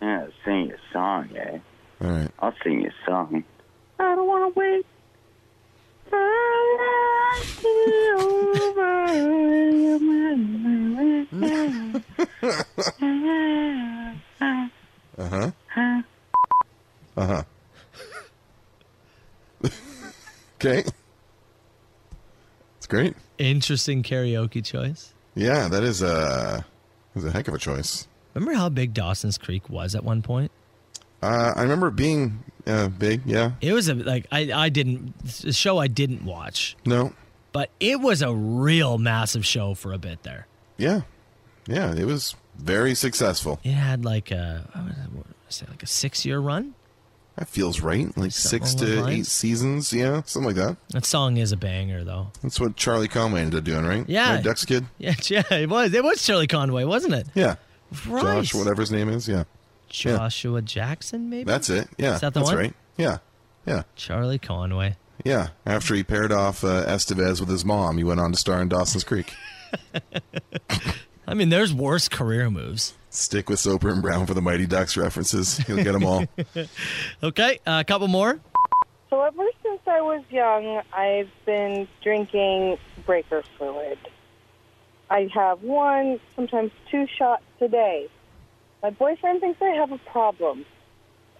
Yeah, sing a song, eh?
All right.
I'll sing you a song.
I don't want to wait for life to be over.
Okay. It's great.
Interesting karaoke choice.
Yeah, that is a, is a heck of a choice.
Remember how big Dawson's Creek was at one point?
Uh, I remember it being uh, big. Yeah.
It was a like I I didn't it's a show I didn't watch,
No.
but it was a real massive show for a bit there.
Yeah. Yeah. It was very successful.
It had like a I would- what would I say like a six year run.
That feels right. Like
Something
six
along
to
those
eight
lines.
seasons. Yeah. Something like that.
That song is a banger though. [laughs]
That's what Charlie Conway ended up doing, right?
Yeah.
Red Ducks kid.
Yeah, yeah, it was. It was Shirley Conway, wasn't it?
Yeah.
Right.
Josh, whatever his name is. Yeah.
Joshua Jackson, maybe.
That's it. Yeah.
Is that the
that's
one?
right. Yeah. Yeah.
Charlie Conway.
Yeah. After he paired off uh, Estevez with his mom, he went on to star in Dawson's Creek.
I mean, there's worse career moves.
Stick with Soper and Brown for the Mighty Ducks references. You'll get them
[laughs]
all. [laughs]
Okay, uh, a couple more.
So ever since I was young, I've been drinking breaker fluid. I have one, sometimes two shots a day. My boyfriend thinks I have a problem.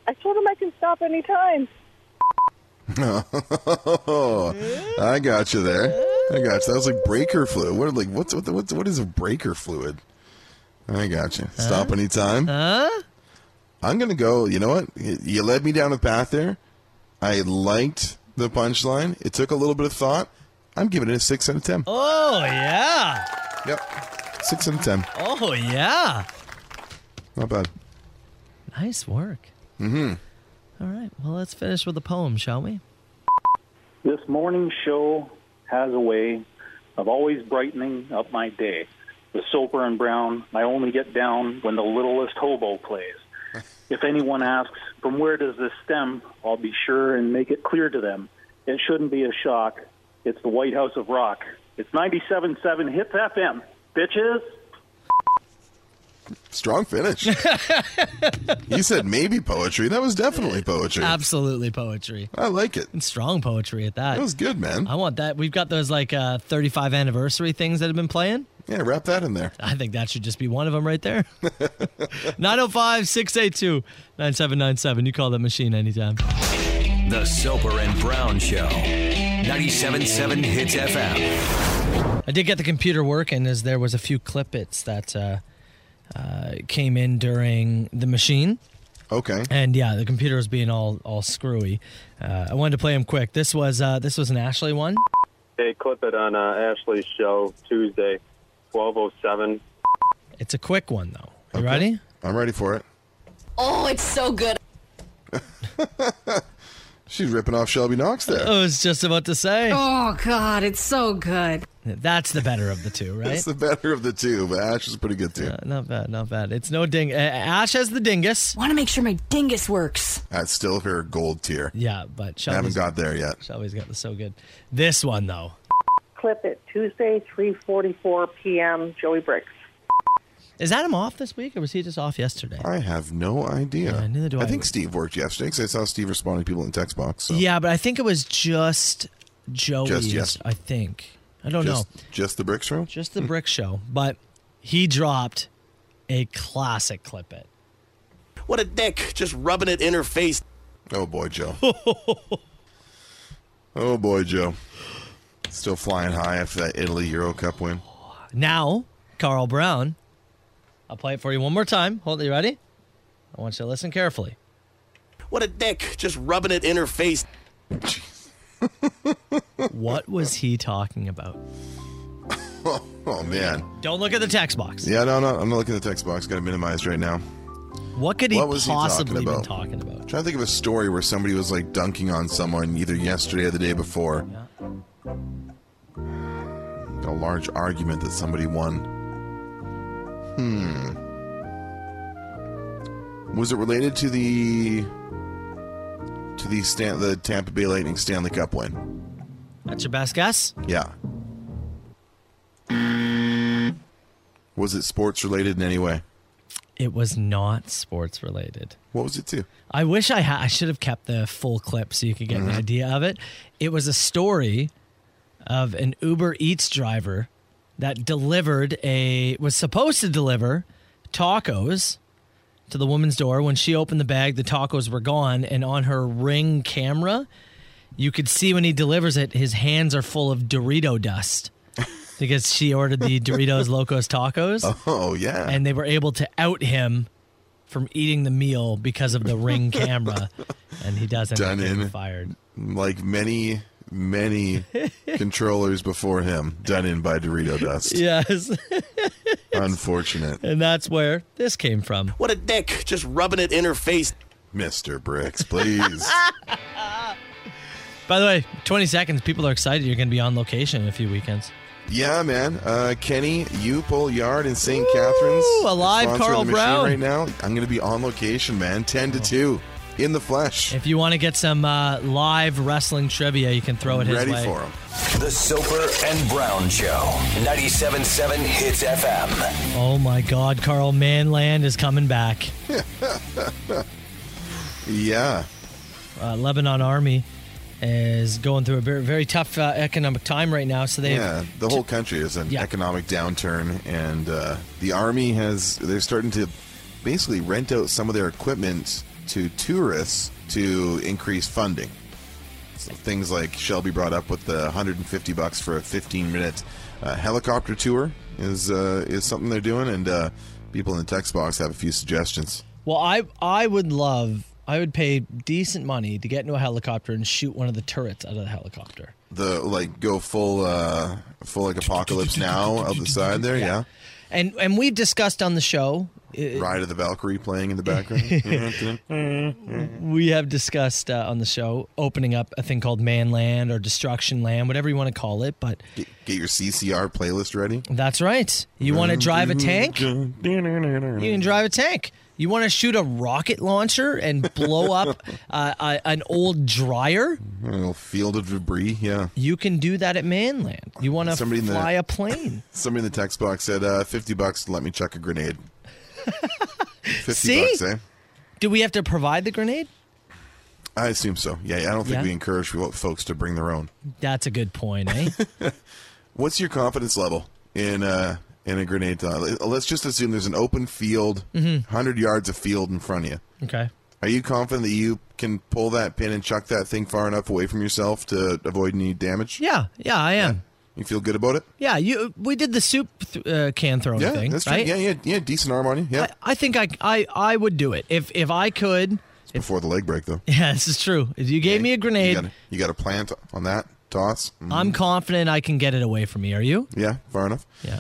I told him I can stop anytime.
I got you there. I got you. That was like breaker fluid. What like what's what what's what is a breaker fluid? I got you. Stop anytime.
Huh?
I'm gonna go. You know what? Y- You led me down a path there. I liked the punchline. It took a little bit of thought. I'm giving it a six out of ten.
Oh yeah.
Yep, six out of ten.
Oh yeah.
Not bad.
Nice work. Mm-hmm. right. Well, let's finish with a poem, shall we?
This morning show has a way of always brightening up my day. With Soper and Brown, I only get down when the littlest hobo plays. If anyone asks, from where does this stem, I'll be sure and make it clear to them. It shouldn't be a shock. It's the White House of Rock. It's 97.7 Hits FM. Bitches!
Strong
[laughs]
finish. you said maybe poetry. That was definitely poetry.
Absolutely poetry.
I like it.
And strong poetry at that.
That was good, man.
I want that. We've got those like uh, 35 anniversary things that have been playing.
Yeah, wrap that in there.
I think that should just be one of them right there. 905 682 9797. You call that machine anytime.
The Soper and Brown Show. 97.7 Hits FM.
I did get the computer working as there was a few clippets that uh, uh, came in during the machine.
Okay.
And yeah, the computer was being all all screwy. Uh, I wanted to play them quick. This was uh, this was an Ashley one.
Hey, clip it on uh, Ashley's show Tuesday, 1207.
It's a quick one though. You ready?
I'm ready for it.
Oh, it's so good.
She's ripping off Shelby Knox there.
I was just about to say
Oh, God, it's so good.
that's the better of the two, right?
That's the better of the two, but Ash is pretty good too.
Uh, not bad, not bad. It's no ding. Uh, Ash has the dingus.
Want to make sure my dingus works.
That's still her gold tier.
Yeah, but
I haven't
Shelby's,
got there yet.
Shelby's got the so good. This one though.
Clip it Tuesday, 3:44 p.m. Joey Bricks.
Is Adam off this week, or was he just off yesterday?
I have no idea.
Yeah, neither do I.
think Steve worked yesterday because I saw Steve responding to people in text box. So
Yeah, but I think it was just Joey's.
yes.
I think. I don't
just,
know.
just the bricks room.
Just the brick show, but he dropped a classic clip. It.
What a dick, just rubbing it in her face.
Oh boy, Joe. [laughs] oh boy, Joe. Still flying high after that Italy Euro Cup win.
Now, Carl Brown. I'll play it for you one more time. Hold it. You ready? I want you to listen carefully.
What a dick, just rubbing it in her face.
What was he talking about?
Oh man.
Don't look at the text box.
Yeah, no, no. I'm not looking at the text box. Got it minimized right now.
What could he
What was he talking
possibly been
about?
talking about?
trying to think of a story where somebody was like dunking on someone either yesterday or the day before. A large argument that somebody won. Hmm. Was it related to the to the Stan- the Tampa Bay Lightning Stanley Cup win?
That's your best guess.
Yeah. Was it sports related in any way?
It was not sports related.
What was it to?
I wish I had. I should have kept the full clip so you could get an idea of it. It was a story of an Uber Eats driver that delivered a was supposed to deliver tacos to the woman's door. When she opened the bag, the tacos were gone, and on her ring camera, you could see when he delivers it, his hands are full of Dorito dust because she ordered the Doritos Locos Tacos
Oh yeah.
and they were able to out him from eating the meal because of
[laughs]
the ring camera, and he doesn't
Done
get
in.
fired.
like many
[laughs]
many controllers before him done in by dorito dust
Yes, [laughs]
unfortunate
and that's where this came from.
What a dick, just rubbing it in her face.
mr bricks
[laughs]
please
By the way, 20 seconds. People are excited. You're going to be on location in a few weekends.
yeah man uh kenny upole yard in st catharines
alive
sponsoring
Carl
the machine
Brown. Oh.
right now i'm gonna be on location man 10 to 2 in the flesh
If you want to get some uh, live wrestling trivia, you can throw it his
ready
way.
for him
The Soper and Brown Show. 97.7 Hits FM.
Oh my God, Carl Manland is coming back.
yeah
Uh, Lebanon Army is going through a very, very tough uh, economic time right now, so they
yeah the whole country is an
Yeah.
economic downturn and uh the army has they're starting to basically rent out some of their equipment to tourists to increase funding So things like Shelby brought up with the 150 bucks for a 15 minute uh, helicopter tour is uh, is something they're doing, and uh, people in the text box have a few suggestions.
Well, I I would love I would pay decent money to get into a helicopter and shoot one of the turrets out of the helicopter.
The like go full uh, full like apocalypse now out the side there, yeah.
And and we've discussed on the show. uh,
Ride of the Valkyrie playing in the background.
we have discussed uh, on the show opening up a thing called Manland or Destruction Land, whatever you want to call it. But
get, get your CCR playlist ready.
that's right. You want to drive a tank? You can drive a tank. You want to shoot a rocket launcher and blow up [laughs] uh, a, an old dryer?
A little field of debris. Yeah.
You can do that at Manland. You want to
Somebody in the-
fly a plane?
Somebody in the text box said, uh, 50 bucks to let me chuck a
[laughs]
grenade. 50
See?
bucks, eh?
Do we have to provide the grenade?
I assume so. Yeah, I don't think
Yeah.
we encourage fo- folks to bring their own.
That's a good point, [laughs] eh?
What's your confidence level in uh, in a grenade? toss? Let's just assume there's an open field,
Mhm.
100 yards of field in front of you.
okay.
Are you confident that you can pull that pin and chuck that thing far enough away from yourself to avoid any damage?
Yeah, yeah, I am.
You feel good about it?
Yeah, you. We did the soup th- uh, can throwing
yeah,
thing,
that's true.
right?
Yeah, yeah, yeah. Decent arm on you. Yeah.
I, I think I, I, I would do it if if I could. [laughs]
it's before the leg break though.
Yeah, this is true. If you gave me a
You
grenade, Uh.
got, Mm-hmm. a, you got a plant on that toss. Mhm.
I'm confident I can get it away from me. Are you?
Yeah, far enough.
Yeah.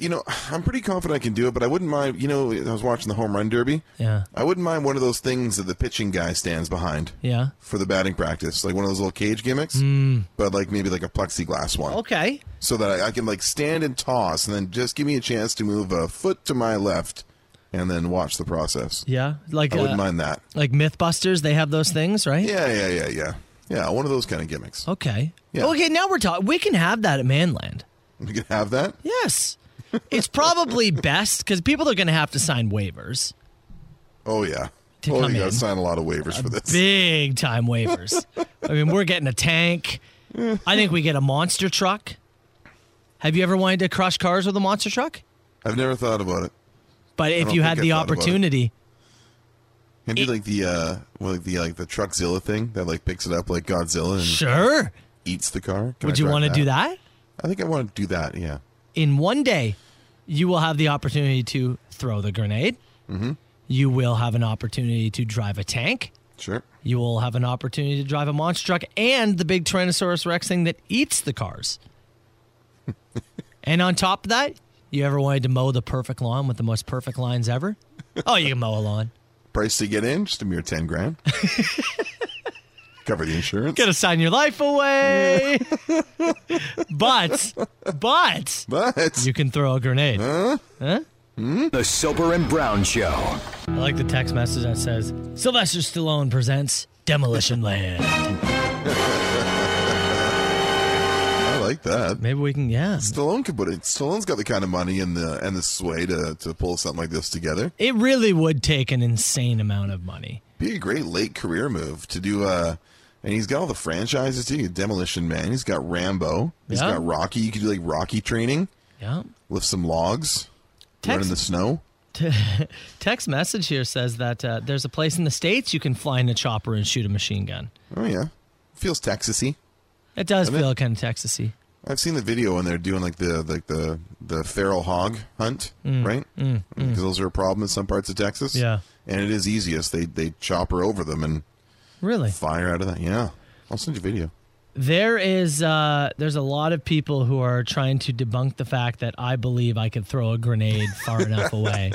You know, I'm pretty confident I can do it, but I wouldn't mind. You know, I was watching the home run derby.
Yeah.
I wouldn't mind one of those things that the pitching guy stands behind
Yeah.
for the batting practice, like one of those little cage gimmicks,
Mm.
but like maybe like a plexiglass one.
Okay.
So that I, I can like stand and toss, and then just give me a chance to move a foot to my left, and then watch the process.
Yeah. Like
I wouldn't
uh,
mind that.
like MythBusters, they have those things, right?
Yeah, yeah, yeah, yeah, yeah. One of those kind of gimmicks.
Okay.
Yeah.
Okay. Now we're talking. We can have that
[laughs]
at Manland.
We can have that.
Yes. It's probably best because people are going to have to sign waivers,
Oh yeah.
To
oh,
come
you gotta
in.
sign a lot of waivers for this.
big time waivers. I mean, we're getting a tank. I think we get a monster truck. Have you ever wanted to crush cars with a monster truck?
I've never thought about it.
But if
don't
you had
think
the
I thought about it.
opportunity,
Can do like the uh, well, like the like the Truckzilla thing that like picks it up like Godzilla and
sure.
eats the car. Can I
Would you
drive
want to do that?
I think I want to do that. Yeah.
in one day, you will have the opportunity to throw the grenade.
Mhm.
You will have an opportunity to drive a tank.
Sure.
You will have an opportunity to drive a monster truck and the big Tyrannosaurus Rex thing that eats the cars. and on top of that, you ever wanted to mow the perfect lawn with the most perfect lines ever? Oh, you can mow a lawn.
Price to get in, just a mere ten
[laughs]
grand. Cover the insurance.
Gotta sign your life away. but, but,
but
you can throw a grenade. Huh?
The Soper and Brown Show.
I like the text message that says Sylvester Stallone presents Demolition Land.
I like that.
Maybe we can, yeah.
Stallone could put it. Stallone's got the kind of money and the and the sway to to pull something like this together.
It really would take an insane amount of money.
Be a great late career move to do. Uh, and he's got all the franchises too. Demolition Man. He's got Rambo. He's
Yeah.
got Rocky. You could do like Rocky training.
Yeah.
Lift some logs. Run in
Text-
the snow.
Text message here says that uh, there's a place in the States you can fly in a chopper and shoot a machine gun.
Oh yeah, feels Texasy.
It does
Doesn't it?
feel kind of Texasy.
I've seen the video when they're doing like the like the the feral hog hunt,
Mm,
right?
mm,
Because those are a problem in some parts of Texas.
Yeah.
and it is easiest. They they chopper over them and
Really?
fire out of that. Yeah, I'll send you a video.
There is uh, there's a lot of people who are trying to debunk the fact that I believe I could throw a grenade far enough away.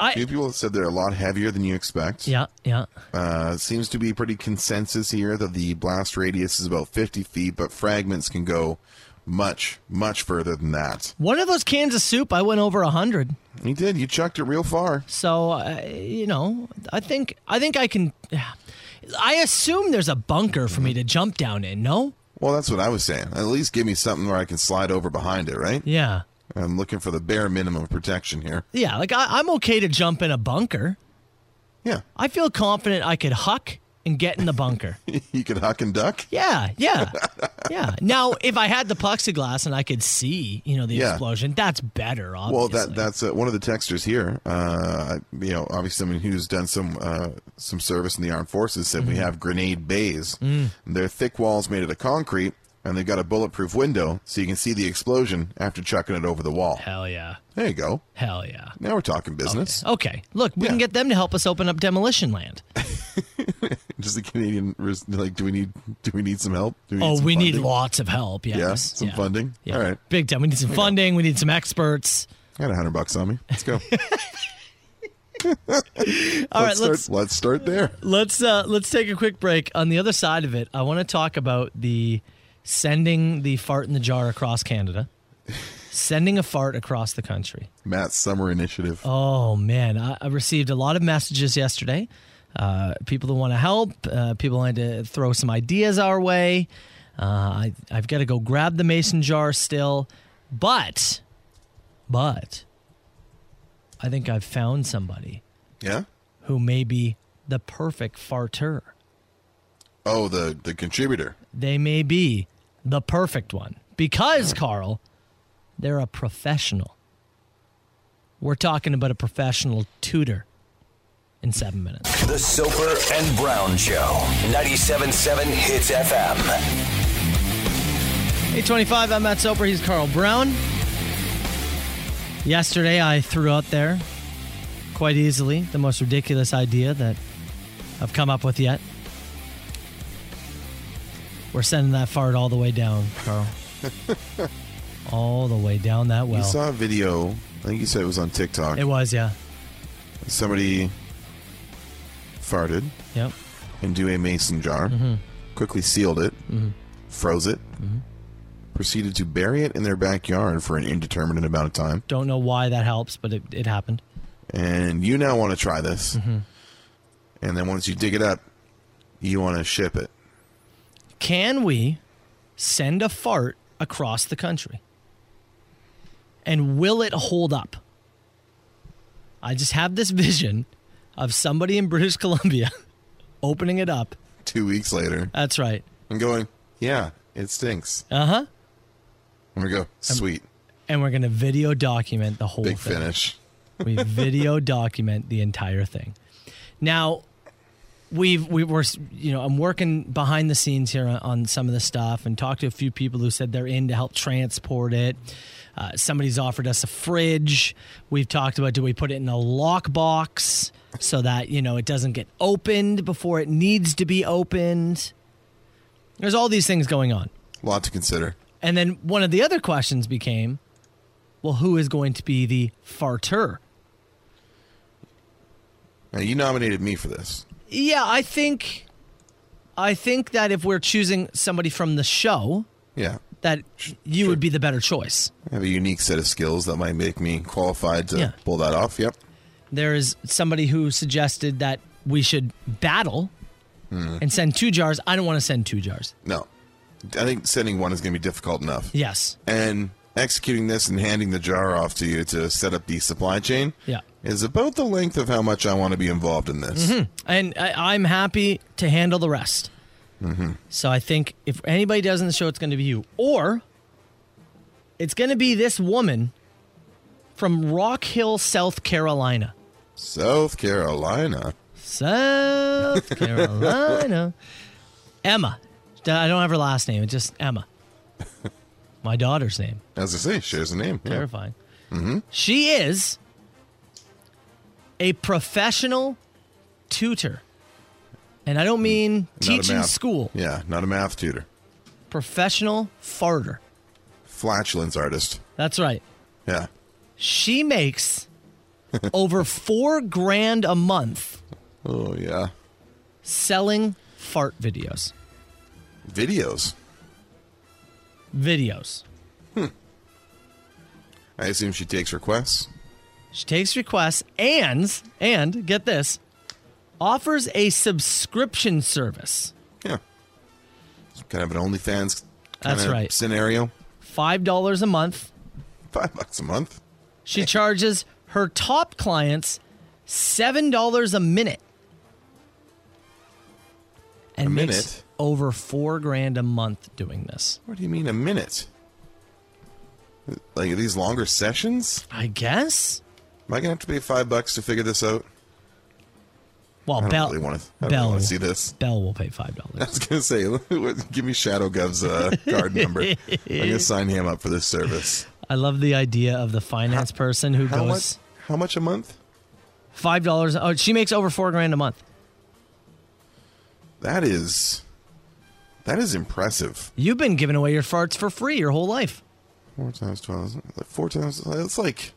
I-
Few people have said they're a lot heavier than you expect.
Eh. Yeah, yeah.
Uh, it seems to be pretty consensus here that the blast radius is about 50 feet, but fragments can go much, much further than that.
One of those cans of soup, I went over a hundred.
You did. You chucked it real far.
So uh, you know, I think I think I can. yeah. I assume there's a bunker for me to jump down in. No.
Well, that's what I was saying. At least give me something where I can slide over behind it, right?
Yeah.
I'm looking for the bare minimum of protection here.
Yeah. Like I, I'm okay to jump in a bunker.
Yeah. [laughs]
I feel confident I could huck and get in the bunker.
you can huck and duck.
yeah. Yeah.
[laughs]
Yeah. Now, if I had the plexiglass and I could see, you know, the
Yeah.
explosion, that's better. Obviously.
Well, that that's uh, one of the texters here. Uh, you know, obviously someone who's done some uh, some service in the armed forces said we have grenade bays.
Mm-hmm. Mm.
They're thick walls made out of concrete and they've got a bulletproof window so you can see the explosion after chucking it over the wall.
Hell yeah.
There you go.
Hell yeah.
Now we're talking business.
Okay. Look, we can get them to help us open up Demolition Land.
Just the Canadian, res- like, do we need do we [laughs] need some help? Do
oh,
some
we need
funding?
lots of help. Yes.
Yeah, some
Yeah.
funding.
Yeah.
All right,
Big time. We need some funding. We need some experts.
I got a hundred bucks on me. Let's go.
[laughs] All right,
let's
let's-
start, let's start there.
Let's uh, let's take a quick break. On the other side of it, I want to talk about the sending the fart in the jar across Canada, sending a fart across the country.
Matt's summer initiative.
Oh man, I, I received a lot of messages yesterday. Uh, people that want to help, uh, people want to throw some ideas our way. Uh, I, I've got to go grab the mason jar still, but, but, I think I've found somebody
Yeah.
who may be the perfect farter.
Oh, the the contributor.
They may be the perfect one because, Carl, they're a professional. We're talking about a professional tutor in seven minutes.
The Soper and Brown Show. 97.7 Hits FM.
825, I'm Matt Soper. He's Carl Brown. Yesterday, I threw out there quite easily the most ridiculous idea that I've come up with yet. We're sending that fart all the way down,
[laughs]
Carl. all the way down that well.
you saw a video. I think you said it was on TikTok.
it was, yeah.
Somebody farted.
Yep.
Into a mason jar.
Mhm.
Quickly sealed it.
Mhm.
Froze it.
Mm-hmm.
Proceeded to bury it in their backyard for an indeterminate amount of time.
Don't know why that helps, but it, it happened.
And you now want to try this.
Mm-hmm.
And then once you dig it up, you want to ship it.
Can we send a fart across the country? And will it hold up? I just have this [laughs] vision of somebody in British Columbia [laughs] opening it up.
Two weeks later,
That's right.
I'm going. Yeah, it stinks.
Uh huh.
I'm gonna go. Sweet.
And we're going to video document the whole
Big
thing.
finish.
we video document the entire thing. Now, we've we were you know I'm working behind the scenes here on, on some of the stuff and talked to a few people who said they're in to help transport it. Uh, somebody's offered us a fridge. We've talked about do we put it in a lockbox so that you know it doesn't get opened before it needs to be opened. There's all these things going on.
A lot to consider.
And then one of the other questions became, well, who is going to be the farter?
Now you nominated me for this.
Yeah, I think I think that if we're choosing somebody from the show,
Yeah.
that you would be the better choice.
I have a unique set of skills that might make me qualified to
Yeah.
pull that off. Yep.
There is somebody who suggested that we should battle
Hmm.
and send two jars. I don't want to send two jars.
No. I think sending one is going to be difficult enough.
Yes.
And executing this and handing the jar off to you to set up the supply chain
Yeah.
is about the length of how much I want to be involved in this.
hmm And I, I'm happy to handle the rest.
Mm-hmm.
So I think if anybody does in the show, it's going to be you. Or it's going to be this woman from Rock Hill, South Carolina.
South Carolina. [laughs]
South Carolina. Emma. I don't have her last name. It's just Emma. My daughter's name.
As I say, shares a name.
Terrifying.
Mm-hmm.
She is a professional tutor. And I don't
Mm.
mean teaching school,
Yeah, not a math tutor.
professional farter.
Flatulence artist.
That's right.
Yeah. [laughs]
She makes over four grand a month
Oh, yeah.
selling fart videos.
Videos.
Videos.
I assume she takes requests.
She takes requests and and get this, offers a subscription service.
Yeah. It's kind of an OnlyFans kind
That's
of
right.
scenario.
Five dollars a month.
Five bucks a month.
She charges her top clients seven dollars a minute. And
A
makes
minute?
over four grand a month doing this.
What do you mean a minute? Like are these longer sessions?
I guess.
Am I gonna have to pay five bucks to figure this out?
Well,
I don't
Bell-
really want to.
Bell-
want to see this. [laughs]
Bell will pay five dollars. I
was gonna say, [laughs] give me Shadowgov's uh, card number. I'm
[laughs]
gonna sign him up for this service.
I love the idea of the finance person who
how
goes.
much- How much a month?
Five dollars. Oh, she makes over four grand a month.
That is, that is impressive.
You've been giving away your farts for free your whole life.
Four times twelve. Like four times. It's like,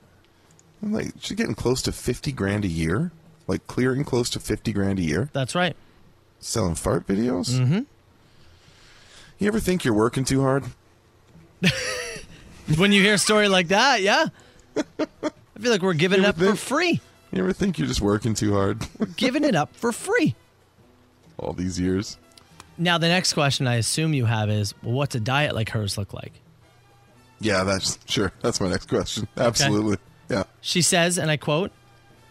I'm like she's getting close to fifty grand a year. Like clearing close to fifty grand a year.
That's right.
Selling fart videos. Mm-hmm. You ever think you're working too hard?
When you hear a story like that, yeah. I feel like we're giving it up for free.
You ever think you're just working too hard [laughs]
Giving it up for free.
all these years?
Now the next question I assume you have is, well, what's a diet like hers look like?
Yeah, that's sure. That's my next question. Absolutely. Yeah.
She says, and I quote,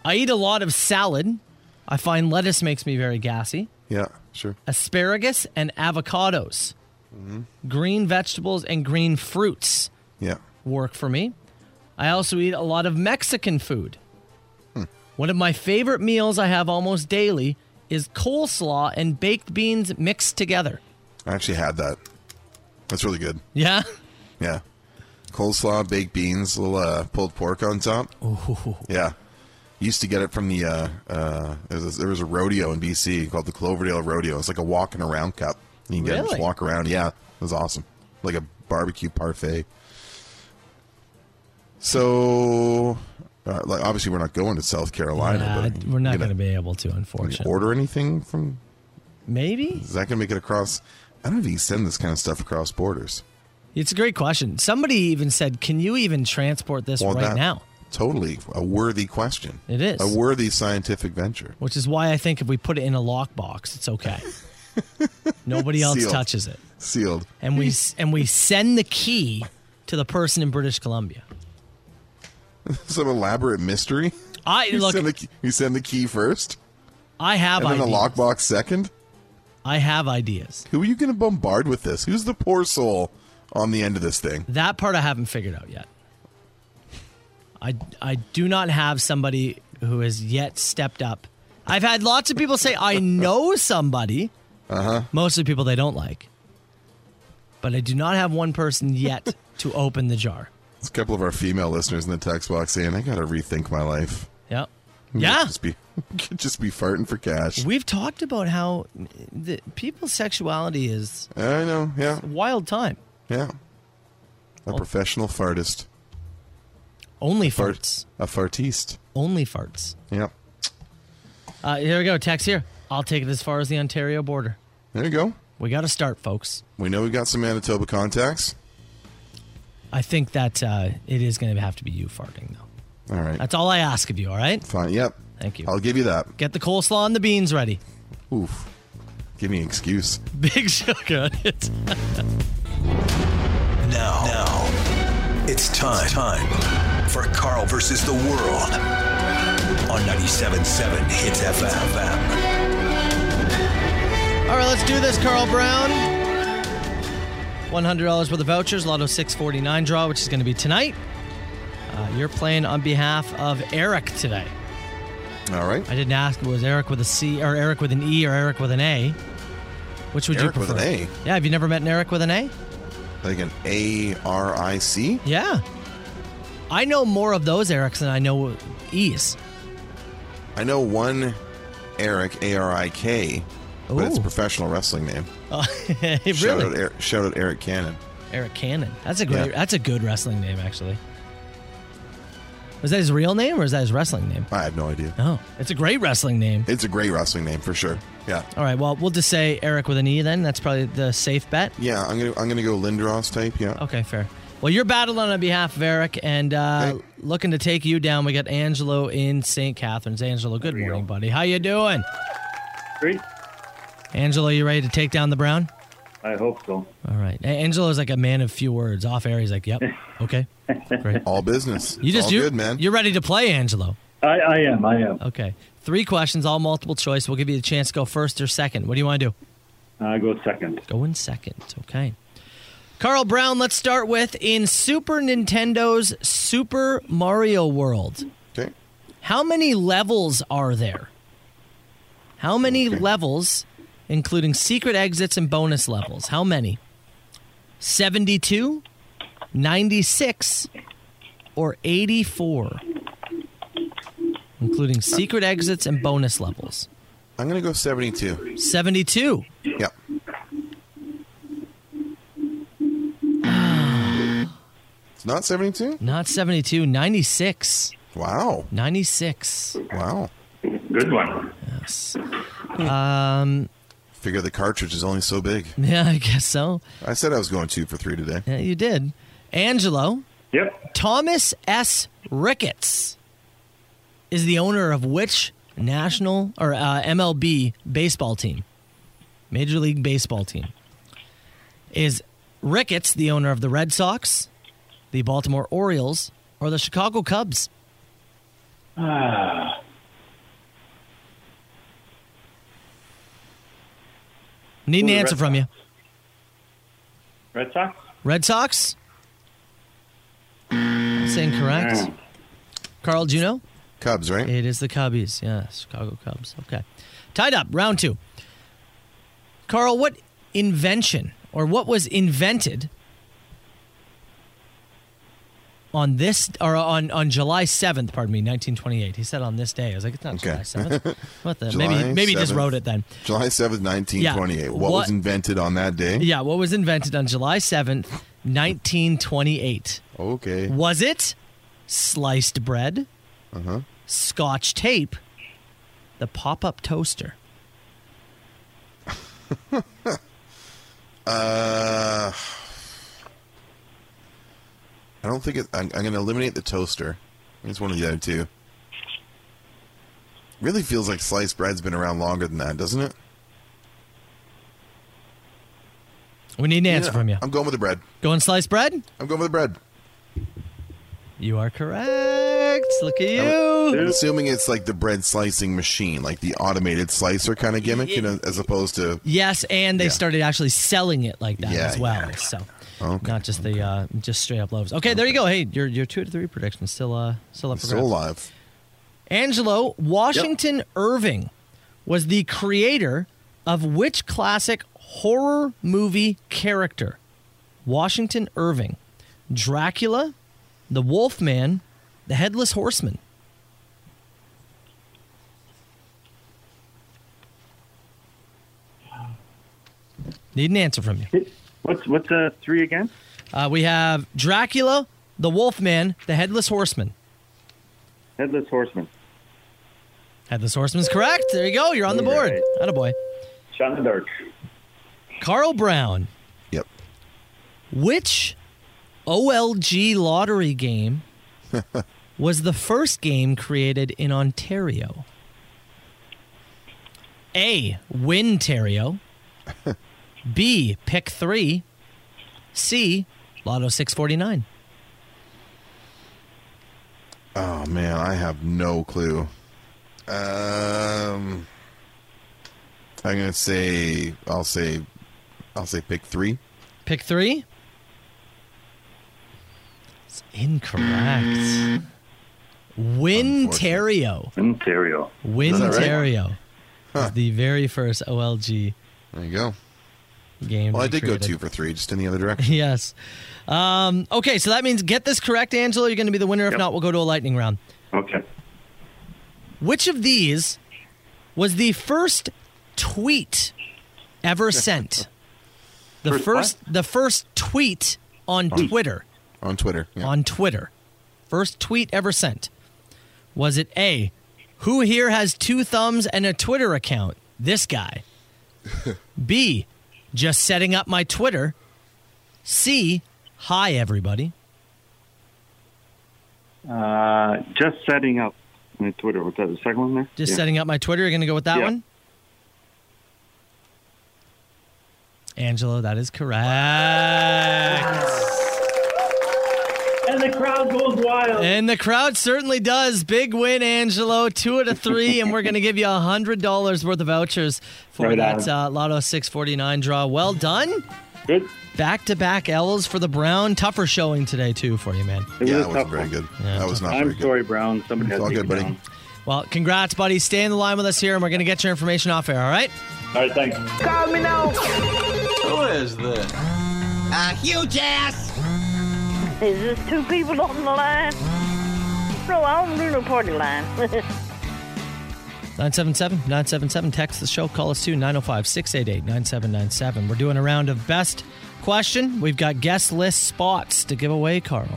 I eat a lot of salad. I find lettuce makes me very gassy.
Yeah. Sure.
Asparagus and avocados. Green vegetables and green fruits
Yeah.
work for me. I also eat a lot of Mexican food. One of my favorite meals I have almost daily is coleslaw and baked beans mixed together.
I actually had that. That's really good.
Yeah?
Yeah. Coleslaw, baked beans, little uh, pulled pork on top.
Ooh.
Yeah. Used to get it from the, uh, uh, there, was a, there was a rodeo in BC called the Cloverdale Rodeo. It's like a walking around cup. You can get it, just
Really?
walk around. Yeah. It was awesome. Like a barbecue parfait. So, uh, like, obviously, we're not going to South Carolina,
Nah,
but
we're not going to be able to,
you
unfortunately.
order anything from,
Maybe?
is that going to make it across? I don't know if you can send this kind of stuff across borders.
It's a great question. Somebody even said, can you even transport this
Well,
right
that-
now?
Totally a worthy question.
It is.
A worthy scientific venture.
Which is why I think if we put it in a lockbox,
[laughs]
it's okay. Nobody else
Sealed.
touches it.
Sealed.
And we and we send the key to the person in British Columbia.
Some elaborate mystery.
I
you
look-
Send the, key- you send the key first,
I have
and then
ideas.
the lockbox second.
I have ideas.
Who are you going to bombard with this? Who's the poor soul on the end of this thing?
That part I haven't figured out yet. I I do not have somebody who has yet stepped up. I've had lots of people say I know somebody. Uh-huh. Mostly people they don't like. But I do not have one person yet [laughs] to open the jar.
There's a couple of our female listeners in the text box saying, "I got to rethink my life."
Yep.
We
Yeah.
could just be [laughs] could just be farting for cash.
We've talked about how the people's sexuality is
I know. Yeah,
a wild time.
yeah. A professional fartist.
Only
Fart-
farts.
A fartiste.
Only farts.
Yep.
Uh, here we go. Text here. I'll take it as far as the Ontario border.
There you go.
We got to start, folks.
We know we got some Manitoba contacts.
I think that uh, it is going to have to be you farting, though.
All right.
That's all I ask of you, all right?
Fine. Yep.
Thank you.
I'll give you that.
Get the coleslaw and the beans ready. [laughs]
Oof. Give me an excuse.
Big sugar on it.
Now, now it's time, time for Carl versus the world on 97.7 Hits FM.
All right, let's do this, Carl Brown. $100 worth of vouchers, Lotto 649 draw, which is going to be tonight. Uh, you're playing on behalf of Eric today.
All right.
I didn't ask, was Eric with a C, or Eric with an E, or Eric with an A? Which would
Eric
you
with
prefer?
an A?
Yeah, have you never met an Eric with an A?
Like an A R I C?
Yeah. I know more of those Erics than I know E's.
I know one Eric, A R I K, but it's a
Ooh.
professional wrestling name.
Oh, [laughs] really?
Shout out, Eric, shout out Eric Cannon.
Eric Cannon. That's a great.
Yeah.
That's a good wrestling name, actually. Was that his real name or is that his wrestling name?
I have no idea.
Oh, it's a great wrestling name.
It's a great wrestling name for sure. Yeah.
All right. Well, we'll just say Eric with an E then. That's probably the safe bet.
Yeah, I'm gonna I'm gonna go Lindros type, yeah.
Okay, fair. Well, you're battling on behalf of Eric and uh, looking to take you down. We got Angelo in St. Catharines. Angelo, good morning, buddy. How you doing?
Great.
Angelo, you ready to take down the Brown?
I hope so.
All right. A- Angelo's like a man of few words. Off air, he's like,
[laughs]
"Yep, okay, great."
All business.
You
It's
just
all
you,
good, man.
You're ready to play, Angelo.
I, I am. I am.
Okay. Three questions, all multiple choice. We'll give you a chance to go first or second. What do you want to do?
I Uh, go second.
Go in second. Okay. Carl Brown, let's start with in Super Nintendo's Super Mario World.
Okay.
How many levels are there? How many levels, including secret exits and bonus levels? How many? 72, 96, or 84? Including secret exits and bonus levels.
I'm going to go 72.
72. [sighs]
Yep. It's not 72?
Not 72, 96.
Wow.
96.
Wow.
Good one.
Yes. [laughs] Um,
Figure the cartridge is only so big.
yeah, I guess so.
I said I was going two for three today.
Yeah, you did. Angelo.
Yep.
Thomas S. Ricketts is the owner of which national or uh, MLB baseball team? Major League Baseball team. Is Ricketts the owner of the Red Sox, the Baltimore Orioles, or the Chicago Cubs?
Ah,
Need an
Ooh, the
answer
Red
from you.
Red Sox?
Red Sox? That's incorrect. Carl, do you know?
Cubs, right?
It is the Cubbies. Yeah, Chicago Cubs. Okay. Tied up, round two. Carl, what invention or what was invented on this or on, on July 7th, pardon me, 1928? He said on this day. I was like, it's not July 7th. What the? maybe
July
maybe he just
7th.
wrote it then.
July 7th, 1928. What,
What-
was invented on that day?
Yeah, what was invented on July 7th, 1928?
Okay.
Was it sliced bread,
Uh-huh.
scotch tape, the pop up toaster?
Uh, I don't think it, I'm, I'm going to eliminate the toaster. It's one of the other two. Really feels like sliced bread's been around longer than that, doesn't it?
We need an answer
Yeah,
from you.
I'm going with the bread.
Going sliced bread?
I'm going with the bread.
You are correct. Look at you.
I'm assuming it's like the bread slicing machine, like the automated slicer kind of gimmick, you know, as opposed to
Yes, and they
Yeah.
started actually selling it like that
Yeah,
as well. So
Okay,
not just the uh, just straight up loaves. Okay, there you go. Hey, your your two to three prediction still uh still up for
still
grabs.
alive.
Angelo Washington Irving was the creator of which classic horror movie character? Washington Irving, Dracula, the Wolfman, the Headless Horseman. Need an answer from you.
What's what's uh, three again?
Uh, we have Dracula, the Wolfman, the Headless Horseman.
Headless Horseman.
Headless Horseman's correct. There you go. You're on the
All
board.
right.
Attaboy. boy.
Shot in the dark.
Carl Brown.
Yep.
Which OLG
[laughs]
lottery game was the first game created in Ontario? A.
[laughs]
Wintario. B. Pick three. C. Lotto 649.
Oh man, I have no clue. Um, I'm gonna say I'll say I'll say pick three.
Pick three. It's incorrect. Wintario.
Ontario.
that right?
Wintario
Huh.
is the very first OLG
There you go.
game.
Well, Oh, I
to be
did go
created.
two for three, just in the other direction.
[laughs] Yes. Um, okay, so that means get this correct, Angela. You're going to be the winner. If not, we'll go to a lightning round.
Okay.
Which of these was the first tweet ever sent? The first,
First what? Hmm.
the first tweet on Twitter.
On Twitter. Yeah.
on Twitter. First tweet ever sent. Was it A, who here has two thumbs and a Twitter account? This guy. B, just setting up my Twitter. C, hi everybody.
Uh, just setting up my Twitter. What's that? The second one there?
Just
Yeah.
setting up my Twitter. You're going to go with that
Yeah.
one? Angelo, that is correct.
And the crowd goes wild.
And the crowd certainly does. Big win, Angelo. Two out of three, and we're going to give you a hundred dollars worth of vouchers for
Right
that uh, Lotto 649 draw. Well done.
Good.
Back to back L's for the Brown. Tougher showing today too for you, man.
It was
yeah,
a
that wasn't
tough
very
one.
good.
Yeah,
that was not
I'm
very good.
sorry, Brown. Somebody
It's
has
all
to
good, buddy.
Well, congrats, buddy. Stay in the line with us here, and we're going to get your information off air, all right?
All right, thanks.
Call me now.
Who is this?
A huge ass.
Is this two people on the line? No, I don't do no party line. [laughs]
977 977. Text the show. Call us too. 905 688 9797. We're doing a round of best question. We've got guest list spots to give away, Carl.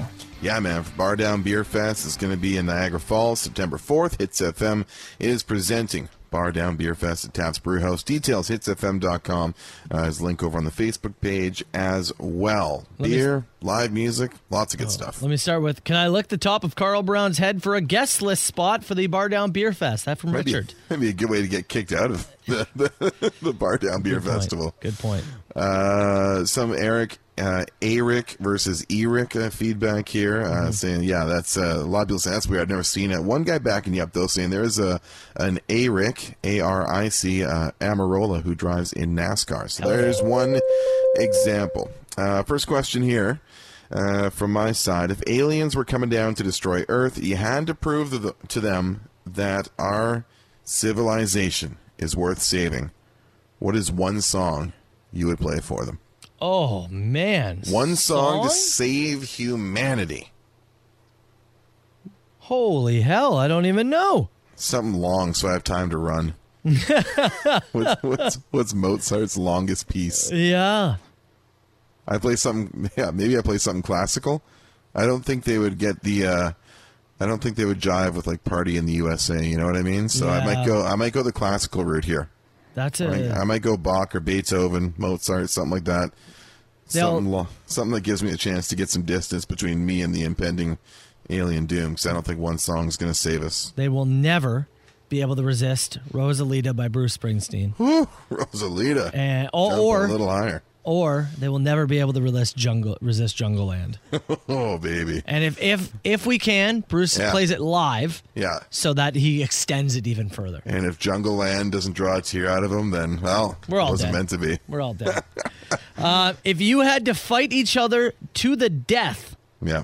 Yeah, man. For Bar Down Beer Fest is going to be in Niagara Falls September 4th. Hits FM is presenting Bar Down Beer Fest at Taps Brewhouse. Details hitsfm.com. Uh, is link over on the Facebook page as well.
Let me-
Beer, live music, lots of good stuff.
Let me start with Can I lick the top of Carl Brown's head for a guest list spot for the Bar Down Beer Fest? That from
Might be-
Richard.
Might be, a good way to get kicked out of the, [laughs] the, the Bar Down Beer
point.
Festival.
Good point.
Uh, some Eric, uh, Eric versus Eric uh, feedback here uh, saying, yeah, that's uh, a lot of people saying that's weird. I've never seen it. One guy backing you up though saying there is a an Eric, A R I C, uh, Amarola who drives in NASCAR. So there's one example. Uh, first question here. Uh, from my side, if aliens were coming down to destroy Earth, you had to prove to, the, to them that our civilization is worth saving. What is one song you would play for them?
Oh, man.
One song to save humanity.
Holy hell, I don't even know.
Something long so I have time to run. what's, what's, what's Mozart's longest piece?
Yeah.
I play something, yeah, maybe I play something classical. I don't think they would get the, uh, I don't think they would jive with like Party in the USA, you know what I mean? So I
Yeah.
might go, I might go the classical route here.
That's
I,
it.
might, I might go Bach or Beethoven, Mozart, something like that.
They'll-
Something, lo- something that gives me a chance to get some distance between me and the impending alien doom, because I don't think one song's going to save us. [laughs]
They will never be able to resist Rosalita by Bruce Springsteen.
Rosalita.
And, or,
Jump
or
a little higher.
Or they will never be able to resist jungle resist Jungle Land.
oh, baby.
And if if if we can, Bruce
Yeah.
plays it live
Yeah.
so that he extends it even further.
And if Jungle Land doesn't draw a tear out of him, then, well,
We're all
it wasn't
dead.
meant to be.
We're all
[laughs]
dead. uh, if you had to fight each other to the death,
Yeah.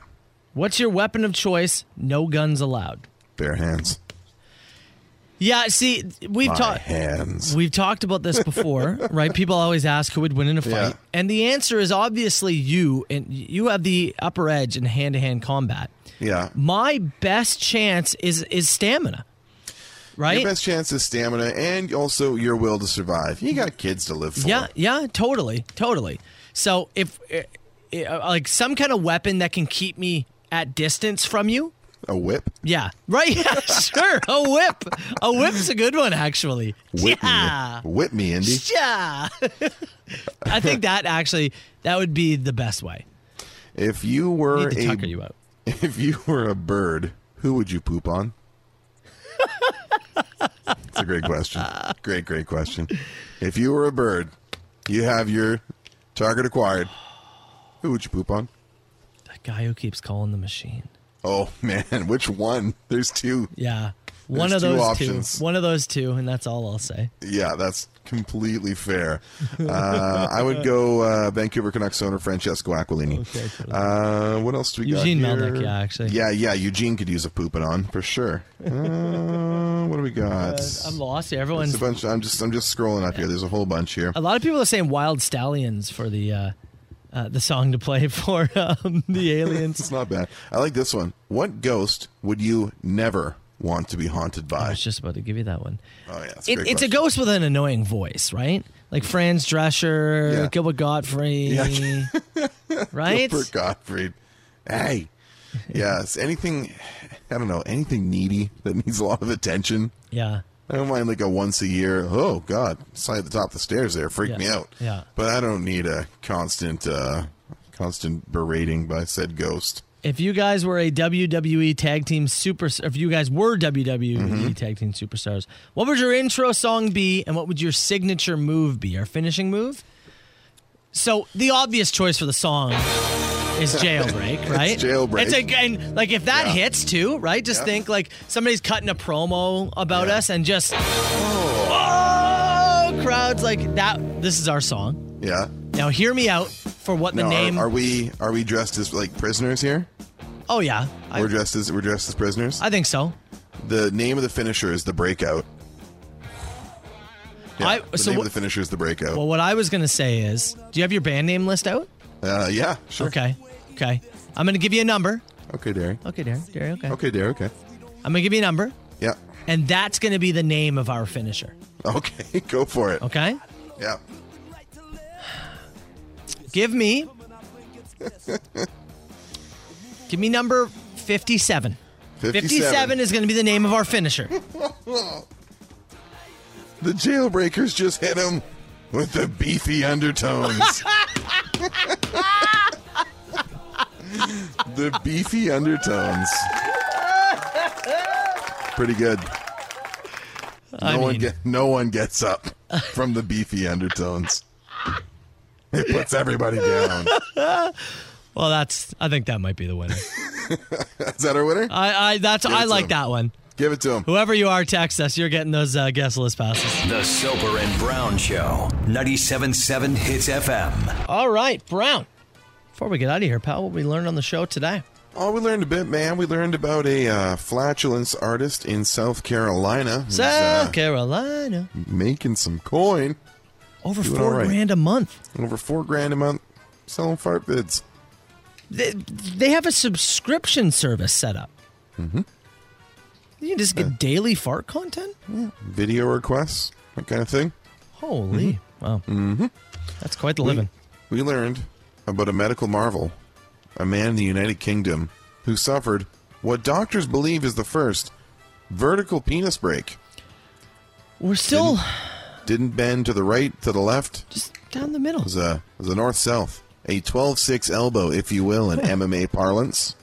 what's your weapon of choice? No guns allowed.
Bare hands.
Yeah, see, we've
My
talked
hands.
We've talked about this
[laughs]
before, right? People always ask who would win in a fight,
Yeah.
and the answer is obviously you, and you have the upper edge in hand-to-hand combat.
Yeah.
My best chance is is stamina, right?
Your best chance is stamina and also your will to survive. You got kids to live for.
Yeah, yeah, totally, totally. So if eh, eh, like some kind of weapon that can keep me at distance from you,
A whip?
yeah, [laughs] right? Yeah, sure, a whip. A whip's a good one, actually.
Whip
yeah.
me. Whip me, Indy.
Yeah. [laughs] I think that actually that would be the best way.
If you were
Need to
a
tucker you out.
[laughs] if you were a bird, who would you poop on? It's a great question. Great, great question. If you were a bird, you have your target acquired. Who would you poop on?
That guy who keeps calling the machine.
Oh [laughs] man, which one? There's two.
Yeah. One
There's
of
two
those
options.
two. One of those two, and that's all I'll say.
Yeah, that's completely fair. Uh, I would go uh, Vancouver Canucks owner Francesco Aquilini.
Okay,
uh, what else do we
Eugene
got?
Melnyk,
here?
yeah, actually.
Yeah, yeah, Eugene could use a pooping on for sure. Uh, what do we got?
I'm lost here.
It's
Everyone's
a bunch. I'm just I'm just scrolling up here. There's a whole bunch here.
a lot of people are saying Wild Stallions for the uh, uh, the song to play [laughs] for um, the aliens.
it's not bad. I like this one. What ghost would you never want to be haunted by? I was
just about to give you that one.
Oh yeah, that's
Oh, It-
great
it's a
question.
ghost with an annoying voice, right? Like Franz Drescher,
Yeah.
Gilbert Gottfried,
Yeah. [laughs]
right?
Gilbert Gottfried. Hey. Yes. Anything I don't know, anything needy that needs a lot of attention.
Yeah.
I don't mind like a once a year, oh God, sign at the top of the stairs there, freak
Yeah.
me out.
Yeah.
But I don't need a constant uh constant berating by said ghost.
If you guys were a WWE tag team super, if you guys were WWE
Mm-hmm.
tag team superstars, what would your intro song be, and what would your signature move be, or finishing move? So the obvious choice for the song is
[laughs]
jailbreak,
It's
right?
Jailbreak.
It's a and like if that hits too, right? Just
Yeah.
think like somebody's cutting a promo about us and just oh, crowds like that. This is our song.
Yeah.
Now hear me out for what
Now,
the
are-
name.
are, we are we dressed as like prisoners here?
oh yeah, I,
we're dressed as we're dressed as prisoners.
I think so.
the name of the finisher is the breakout. Yeah,
I-
the
so
name
what-
of the finisher is the breakout.
Well, what I was going to say is, do you have your band name list out?
uh, yeah, sure.
Okay. Okay. I'm going to give you a number.
Okay, Derry.
Okay, Derry. Derry, okay.
Okay, Derry. Okay.
I'm going to give you a number.
Yeah. [laughs]
And that's going to be the name of our finisher.
Okay, go for it.
Okay?
Yeah. [laughs]
Give me. give me number 57.
57.
is going to be the name of our finisher.
The jailbreakers just hit him with the beefy undertones. the beefy undertones. Pretty good. No
I
one
mean-
get, no one gets up from the beefy undertones. It puts everybody down.
well, that's. I think that might be the winner.
Is that our winner?
I, I that's.
Give it
I
to
like
him.
that one.
Give it to him.
Whoever you are, text us. You're getting those uh, guest list passes.
The Soper and Brown Show, 97.7 Hits FM.
All right, Brown. Before we get out of here, pal, what we learned on the show today?
Oh, we learned a bit, man. We learned about a uh, flatulence artist in South Carolina. who's,
South
uh,
Carolina.
making some coin.
Over
Doing
four
all right.
grand a month.
Over four grand a month selling fart bids.
They, they have a subscription service set up.
Mm-hmm.
You can just get daily fart content?
Video requests, that kind of thing.
Holy. Wow.
Mm-hmm.
That's quite the living.
We learned about a medical marvel, a man in the United Kingdom who suffered what doctors believe is the first vertical penis break.
We're still
Didn't bend to the right, to the left.
Just down the middle.
It was a, it was a north south. A 12 6 elbow, if you will,
[laughs]
in MMA parlance.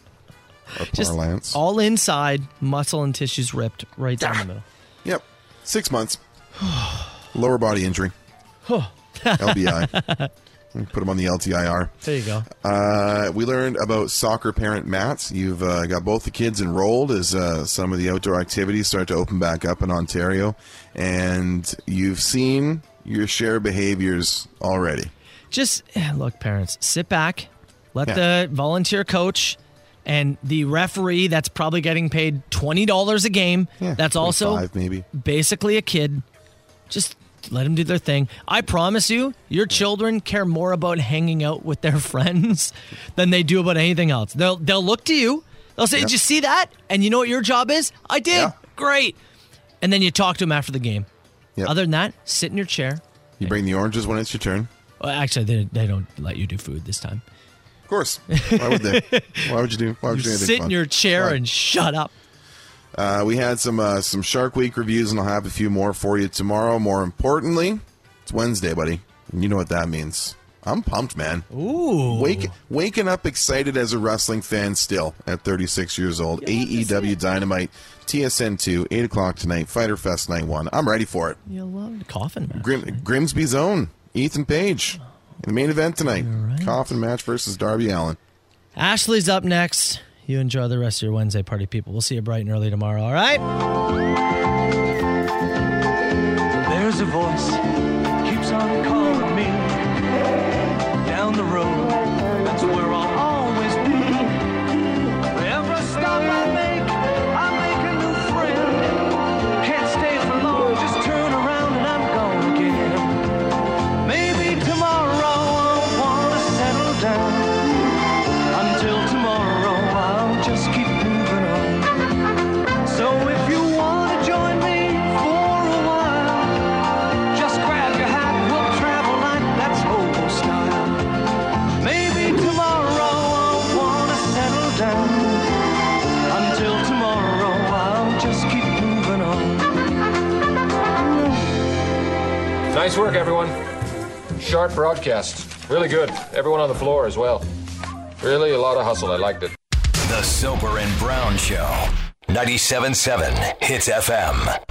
Or
Just
parlance.
all inside, muscle and tissues ripped right down the middle.
Yep. Six
[sighs]
months. Lower body injury.
Huh. [laughs]
LBI. Put him on the LTIR.
There you go.
Uh, we learned about soccer parent Matts. You've uh, got both the kids enrolled as uh, some of the outdoor activities start to open back up in Ontario, and you've seen your share of behaviors already.
Just eh, look, parents, sit back, let
Yeah.
the volunteer coach and the referee that's probably getting paid twenty dollars a game. that's also
Five, maybe.
basically a kid. Just let them do their thing. I promise you, your children care more about hanging out with their [laughs] friends than they do about anything else. They'll they'll look to you. They'll say,
Yeah.
"Did you see that?" And you know what your job is? I did. Great. And then you talk to them after the game.
Yeah.
Other than that, sit in your chair.
You bring the oranges when it's your turn.
Well, actually, they, they don't let you do food this time.
Of course. Why would
[laughs]
they? Why would you do? Why would you, do
You
anything
sit
fun?
in your chair
Why?
and shut up.
Uh, we had some uh, some Shark Week reviews, and I'll have a few more for you tomorrow. More importantly, it's Wednesday, buddy. And you know what that means. I'm pumped, man.
Ooh,
Wake, waking up excited as a wrestling fan still at 36 years old. AEW Dynamite, TSN 2, 8 o'clock tonight, Fighter Fest Night 1. I'm ready for it.
You love the coffin match.
Grim, Grimsby's own, Ethan Page, in the main event tonight. Coffin match versus Darby Allen.
Ashley's up next. You enjoy the rest of your Wednesday party, people. We'll see you bright and early tomorrow. All right.
There's a voice keeps on calling me down the road. That's where I'll always be. Every stop I make, I make a new friend. Can't stay for long, just turn around and I'm gone again. Maybe tomorrow I'll wanna settle down. Until tomorrow I'll just keep moving on. So if you wanna join me for a while. Just grab your hat, we'll travel like that's old style. Maybe tomorrow I'll wanna settle down. Until tomorrow I'll just keep moving on.
Nice work, everyone. Sharp broadcast. Really good. Everyone on the floor as well. Really a lot of hustle. I liked it.
The Soper and Brown Show, 97.7 Hits FM.